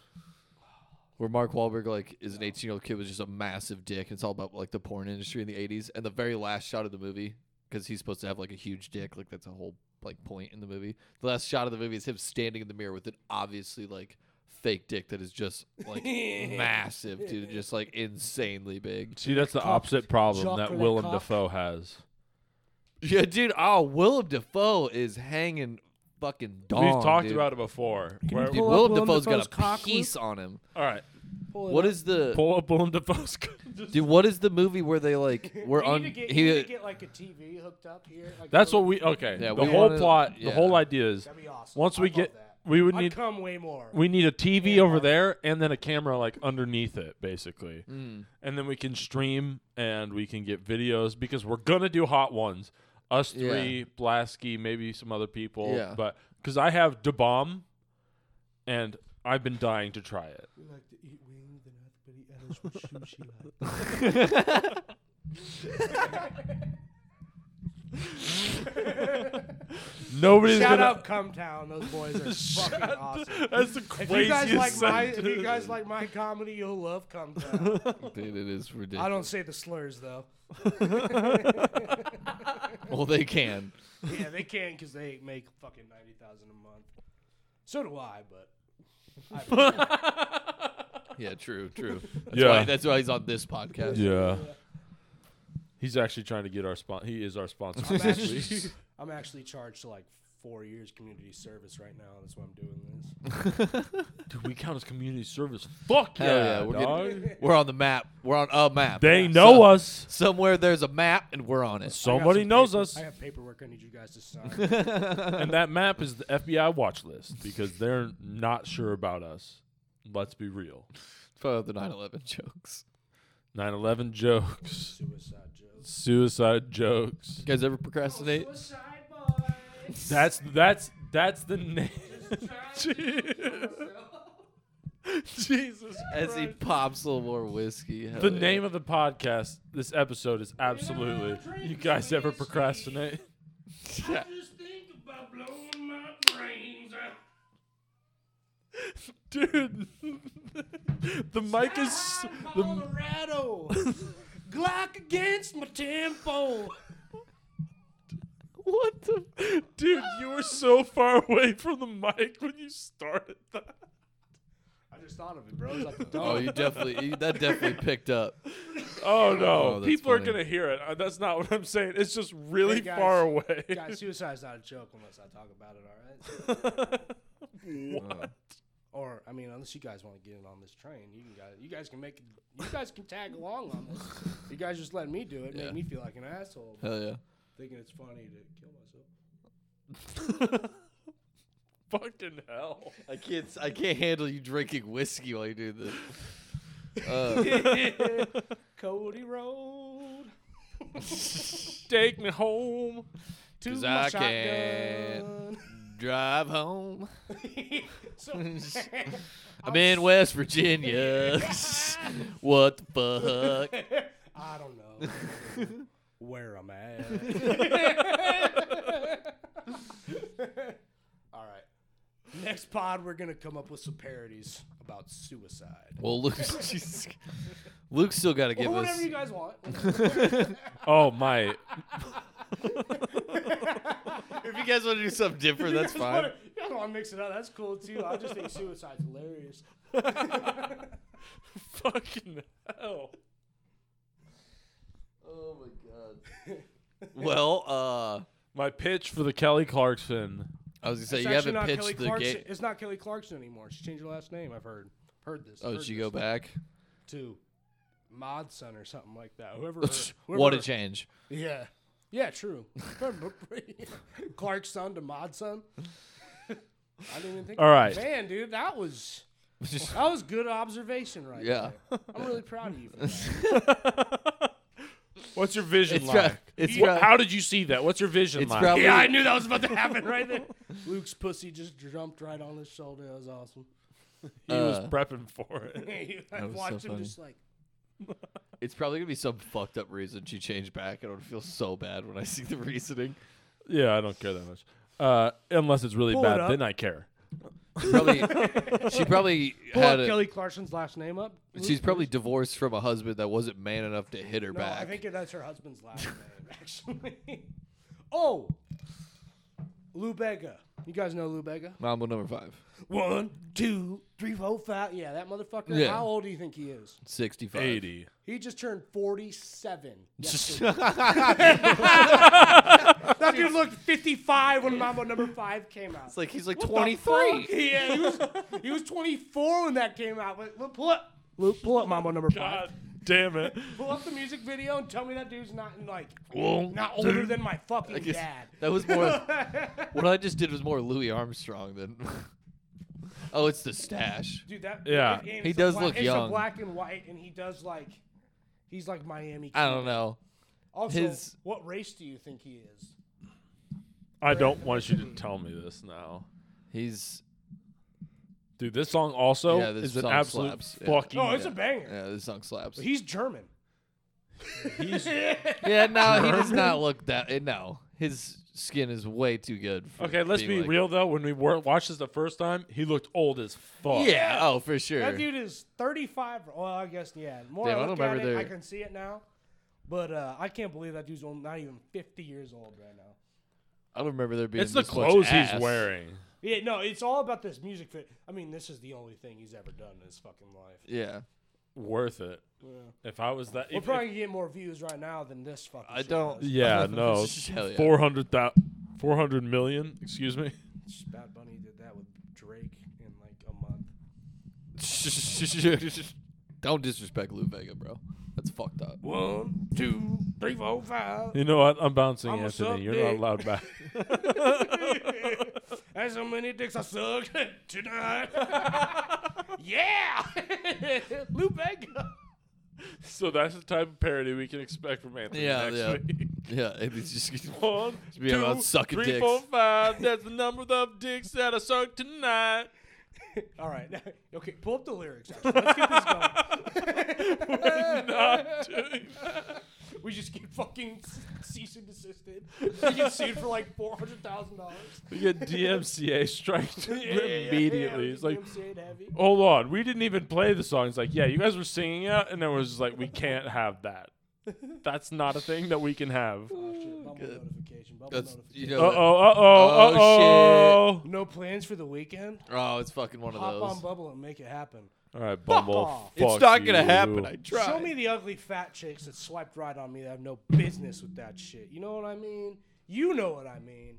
Where Mark Wahlberg like is an 18 year old kid with just a massive dick. and It's all about like the porn industry in the 80s. And the very last shot of the movie, because he's supposed to have like a huge dick, like that's a whole like point in the movie. The last shot of the movie is him standing in the mirror with an obviously like fake dick that is just like massive, dude, just like insanely big.
See, that's the opposite problem
Jock
that
for that
Willem
cock.
Dafoe has.
Yeah, dude. Oh, Willem Dafoe is hanging fucking dong.
We've talked
dude.
about it before. Where-
Dude,
Pull up
Willem,
Willem
Dafoe's
Dafoe's
got
cock,
a piece on him.
all right.
Pull it
What
up.
is the
Pull up Willem Dafoe's.
Dude, what is the movie where they like we're
We
on?
need to get,
he-
we need to get like a TV hooked up here. Like
That's what we okay.
Yeah,
the
we
whole
wanna-
plot,
yeah.
the whole idea is
That'd be awesome.
once
I
we
love
get,
that.
we would
I'd
need
come way more.
we need a TV
Yeah.
over there and then a camera like underneath it, basically,
Hmm.
and then we can stream and we can get videos because we're gonna do hot ones. Us
Yeah.
three, Blasky, maybe some other people,
Yeah.
but because I have Da bomb, and I've been dying to try it.
We like to eat wings and everybody else what shoes she like.
Nobody's
Shout
gonna.
out Cumtown. Those boys are fucking awesome.
That's the
If
craziest
you guys like my if
sentence.
you guys like my comedy, you'll love Cumtown.
dude, it is ridiculous.
I don't say the slurs though.
Well, they can.
Yeah, they can because they make fucking ninety thousand a month. So do I, but
Yeah, true, true. That's
Yeah.
why, that's why he's on this podcast.
Yeah. He's actually trying to get our spon. He is our sponsor.
I'm actually, I'm actually charged to like four years community service right now. That's why I'm doing this.
Dude, we count as community service. Fuck
Hell yeah,
yeah,
we're
dog.
getting, we're on the map. We're on a map.
They
Yeah.
know
Some-
us.
Somewhere there's a map, and we're on it.
I got
Somebody
some
knows
paper-
us.
I have paperwork. I need you guys to sign.
And that map is the FBI watch list because they're not sure about us. Let's be real.
Probably the 9/11 jokes.
9/11 jokes,
Suicide jokes.
suicide jokes.
You guys ever procrastinate?
Oh, Suicide boys.
That's that's that's the name. Jesus.
As he pops a little more whiskey. hell
The
yeah.
name of the podcast, this episode is absolutely. You guys ever procrastinate?
Just think about blowing my brains out.
Dude, the mic is s- the
Colorado. Glock against my tempo.
what the dude. You were so far away from the mic when you started that.
I just thought of it, bro. It's like the
Oh,
dog.
you definitely you, that definitely picked up.
Oh no,
Oh, that's
people are
funny.
gonna hear it. Uh, That's not what I'm saying. It's just really
Hey, guys.
far away.
Guys, suicide's not a joke unless I talk about it, all right?
what?
Or, I mean, unless you guys want to get in on this train, you can guys, you guys can make, you guys can tag along on this. You guys just let me do it,
Yeah.
make me feel like an asshole,
Hell yeah.
thinking it's funny to kill myself.
Fucking hell.
I can't. s- I can't handle you drinking whiskey while you do this. Uh,
Cody Road.
Take me home.
To
'Cause
my
I can't. drive home.
shotgun. so,
I'm in West Virginia. what the fuck?
I don't know where I'm at. All right. Next pod, we're gonna come up with some parodies about suicide.
Well, Luke, Jesus. Luke's still got to give
Or
us.
whatever you guys want.
Oh my.
if you guys want to do something different, that's
You guys
fine.
wanna- you guys want to mix it up? That's cool too. I just think suicide's hilarious.
Fucking hell.
Oh my god. well, uh,
My pitch for the Kelly Clarkson.
I was gonna say
It's
you
actually
haven't
not
pitched
Kelly
the
Clarkson.
game.
It's not Kelly Clarkson anymore. She changed her last name. I've heard. Heard this.
Oh,
heard
did she
this.
go back?
to Modson or something like that. Whoever. her- whoever
what a
her-
change.
Yeah. Yeah, true. Clark's son to Modson. I didn't even think.
All right.
man, dude, that was
Just-
that was good observation, right?
Yeah.
there. I'm really proud of you. For that.
What's your vision
It's
line?
got- it's
Wha-
got-
how did you see that? What's your vision
It's
line?
probably
yeah, I knew that was about to happen right there. Luke's pussy just jumped right on his shoulder. That was awesome.
he was
uh,
prepping for it.
I
was so
watched him
funny.
just like.
it's probably gonna be some fucked up reason she changed back, and I would feel so bad when I see the reasoning.
Yeah, I don't care that much. Uh, unless it's really
Pull it
bad,
up.
then I care.
Probably, she probably
Pull
had
up
a,
Kelly Clarkson's last name up. Luke,
She's probably
please.
divorced from a husband that wasn't man enough to hit her
No,
back.
I think that's her husband's last name, actually. oh, Lubega. You guys know Lubega?
Mambo number five.
One, two, three, four, five. Yeah, that motherfucker.
Yeah.
How old do you think he is?
65.
80.
He just turned 47. yesterday.
it's
that dude looked 55 when Mambo number five came out.
like he's like
What the
23.
fuck? Yeah, he was, he was 24 when that came out. But look, pull up, Luke, pull up Mambo number five.
God damn it.
Pull up the music video and tell me that dude's not like not older than my fucking
guess-
dad.
That was more. what I just did was more Louis Armstrong than. oh, it's the stash.
Dude, that
Yeah.
and
He
it's a
does
black-
look
It's a
young.
black and white, and he does like he's like Miami.
I
Cuban.
don't know.
Also,
His-
what race do you think he is?
I don't want you to tell me this now.
He's.
Dude, this song also
Yeah, this
is an
song
absolute
slaps. Yeah.
fucking.
Oh, it's a
Yeah.
banger.
Yeah, this song slaps.
But he's German.
He's,
yeah, no, he does not look that. eh, No. His skin is way too good. For
okay, let's
being
be
like-
real though. When we wor- watched this the first time, he looked old as fuck.
Yeah, oh, for sure.
That dude is 35. Well, I guess yeah. The More
Damn,
I
I
look
don't
at it,
remember
I
their-
can see it now. But uh, I can't believe that dude's only not even 50 years old right now.
I don't remember there being
It's the
this much
clothes he's
ass.
wearing.
Yeah, no, it's all about this music fit. I mean, this is the only thing he's ever done in his fucking life.
Yeah.
Worth it. If I was that,
We're
if-
probably gonna get more views right now than this fucking.
I
shit
don't.
does.
Yeah, no.
Hell yeah.
400, thou- 400 million, excuse me.
Bad Bunny did that with Drake in like a month.
Don't disrespect Lou Vega, bro. That's fucked up.
One, two, three, four, five.
You know what? I'm bouncing,
I'ma suck
Anthony. You're
dick.
not allowed back.
That's how many dicks I sucked tonight. yeah, Lou Bega.
so that's the type of parody we can expect from Anthony
Yeah,
next
yeah.
week.
Yeah, it's just
One,
be
two,
about sucking
three,
dicks.
four, five. That's the number of dicks that I sucked tonight.
All right, okay, pull up the lyrics. actually. Let's get this going.
Not doing
We just get fucking s- cease and desisted. We get sued for like four hundred thousand dollars.
We get DMCA striked immediately. it's like,
heavy.
hold on, we didn't even play the song. It's like, yeah, you guys were singing it, and then it was just like, we can't have that. That's not a thing that we can have. Uh
Oh, shit, bubble notification. Bubble
That's
notification.
you know.
oh, uh
that-
oh, uh oh.
Oh,
No plans for the weekend.
oh, it's fucking one of
Hop on
those.
Bubble and make it happen.
All right, Bumble.
off.
fuck
it's not gonna
you.
happen. I tried.
Show me the ugly fat chicks that swiped right on me that have no business with that shit. You know what I mean? You know what I mean.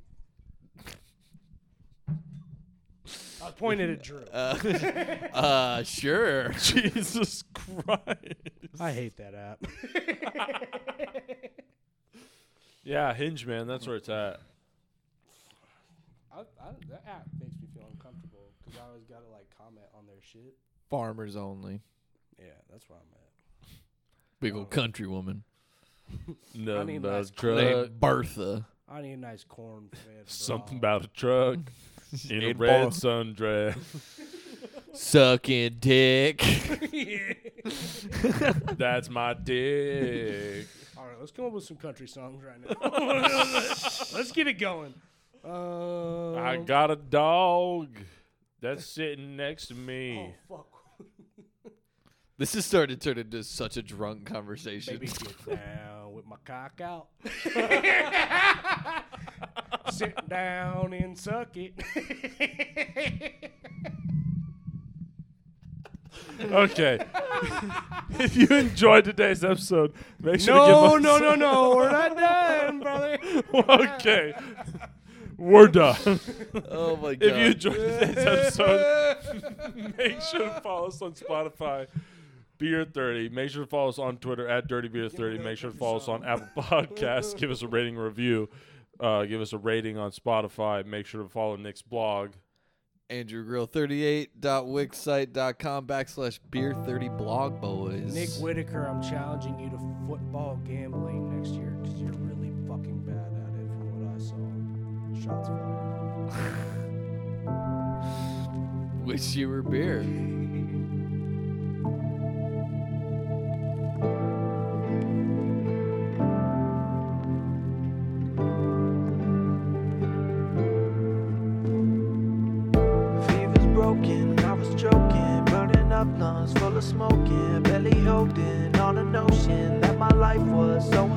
I pointed at Drew.
Uh, sure.
Jesus Christ.
I hate that app.
Yeah, Hinge, man. That's where it's at.
I, I, that app makes me feel 'cause I always gotta like comment on their shit.
Farmers only.
Yeah, that's where I'm at.
Big old country woman
Nothing
mean,
about
that's
a truck.
named Bertha.
I need a nice corn fed.
Something
bra.
about a truck in a
Ain't
red
bar-
sundress.
Sucking dick.
yeah.
That's my dick.
All right, let's come up with some country songs right now. let's get it going. Um,
I got a dog that's sitting next to me.
Oh fuck!
this has started to turn into such a drunk conversation.
Baby, get down with my cock out. Sit down and suck it.
Okay. if you enjoyed today's episode, make sure
no,
to give
no,
us
no, no. We're not done, brother.
okay. We're done.
Oh my god.
If you enjoyed today's episode, make sure to follow us on Spotify. Beer 30. Make sure to follow us on Twitter at Dirty Beer 30. Make sure to follow us on Apple Podcasts. Give us a rating review. Uh, give us a rating on Spotify. Make sure to follow Nick's blog.
Andrew Grill 38.wixsite.com backslash beer 30 blog boys.
Nick Whitaker, I'm challenging you to football gambling next year because you're really fucking bad at it, from what I saw. Shots fired.
wish you were beer.
Fever's broken, I was choking, burning up lungs full of smoking, barely holding on a notion that my life was so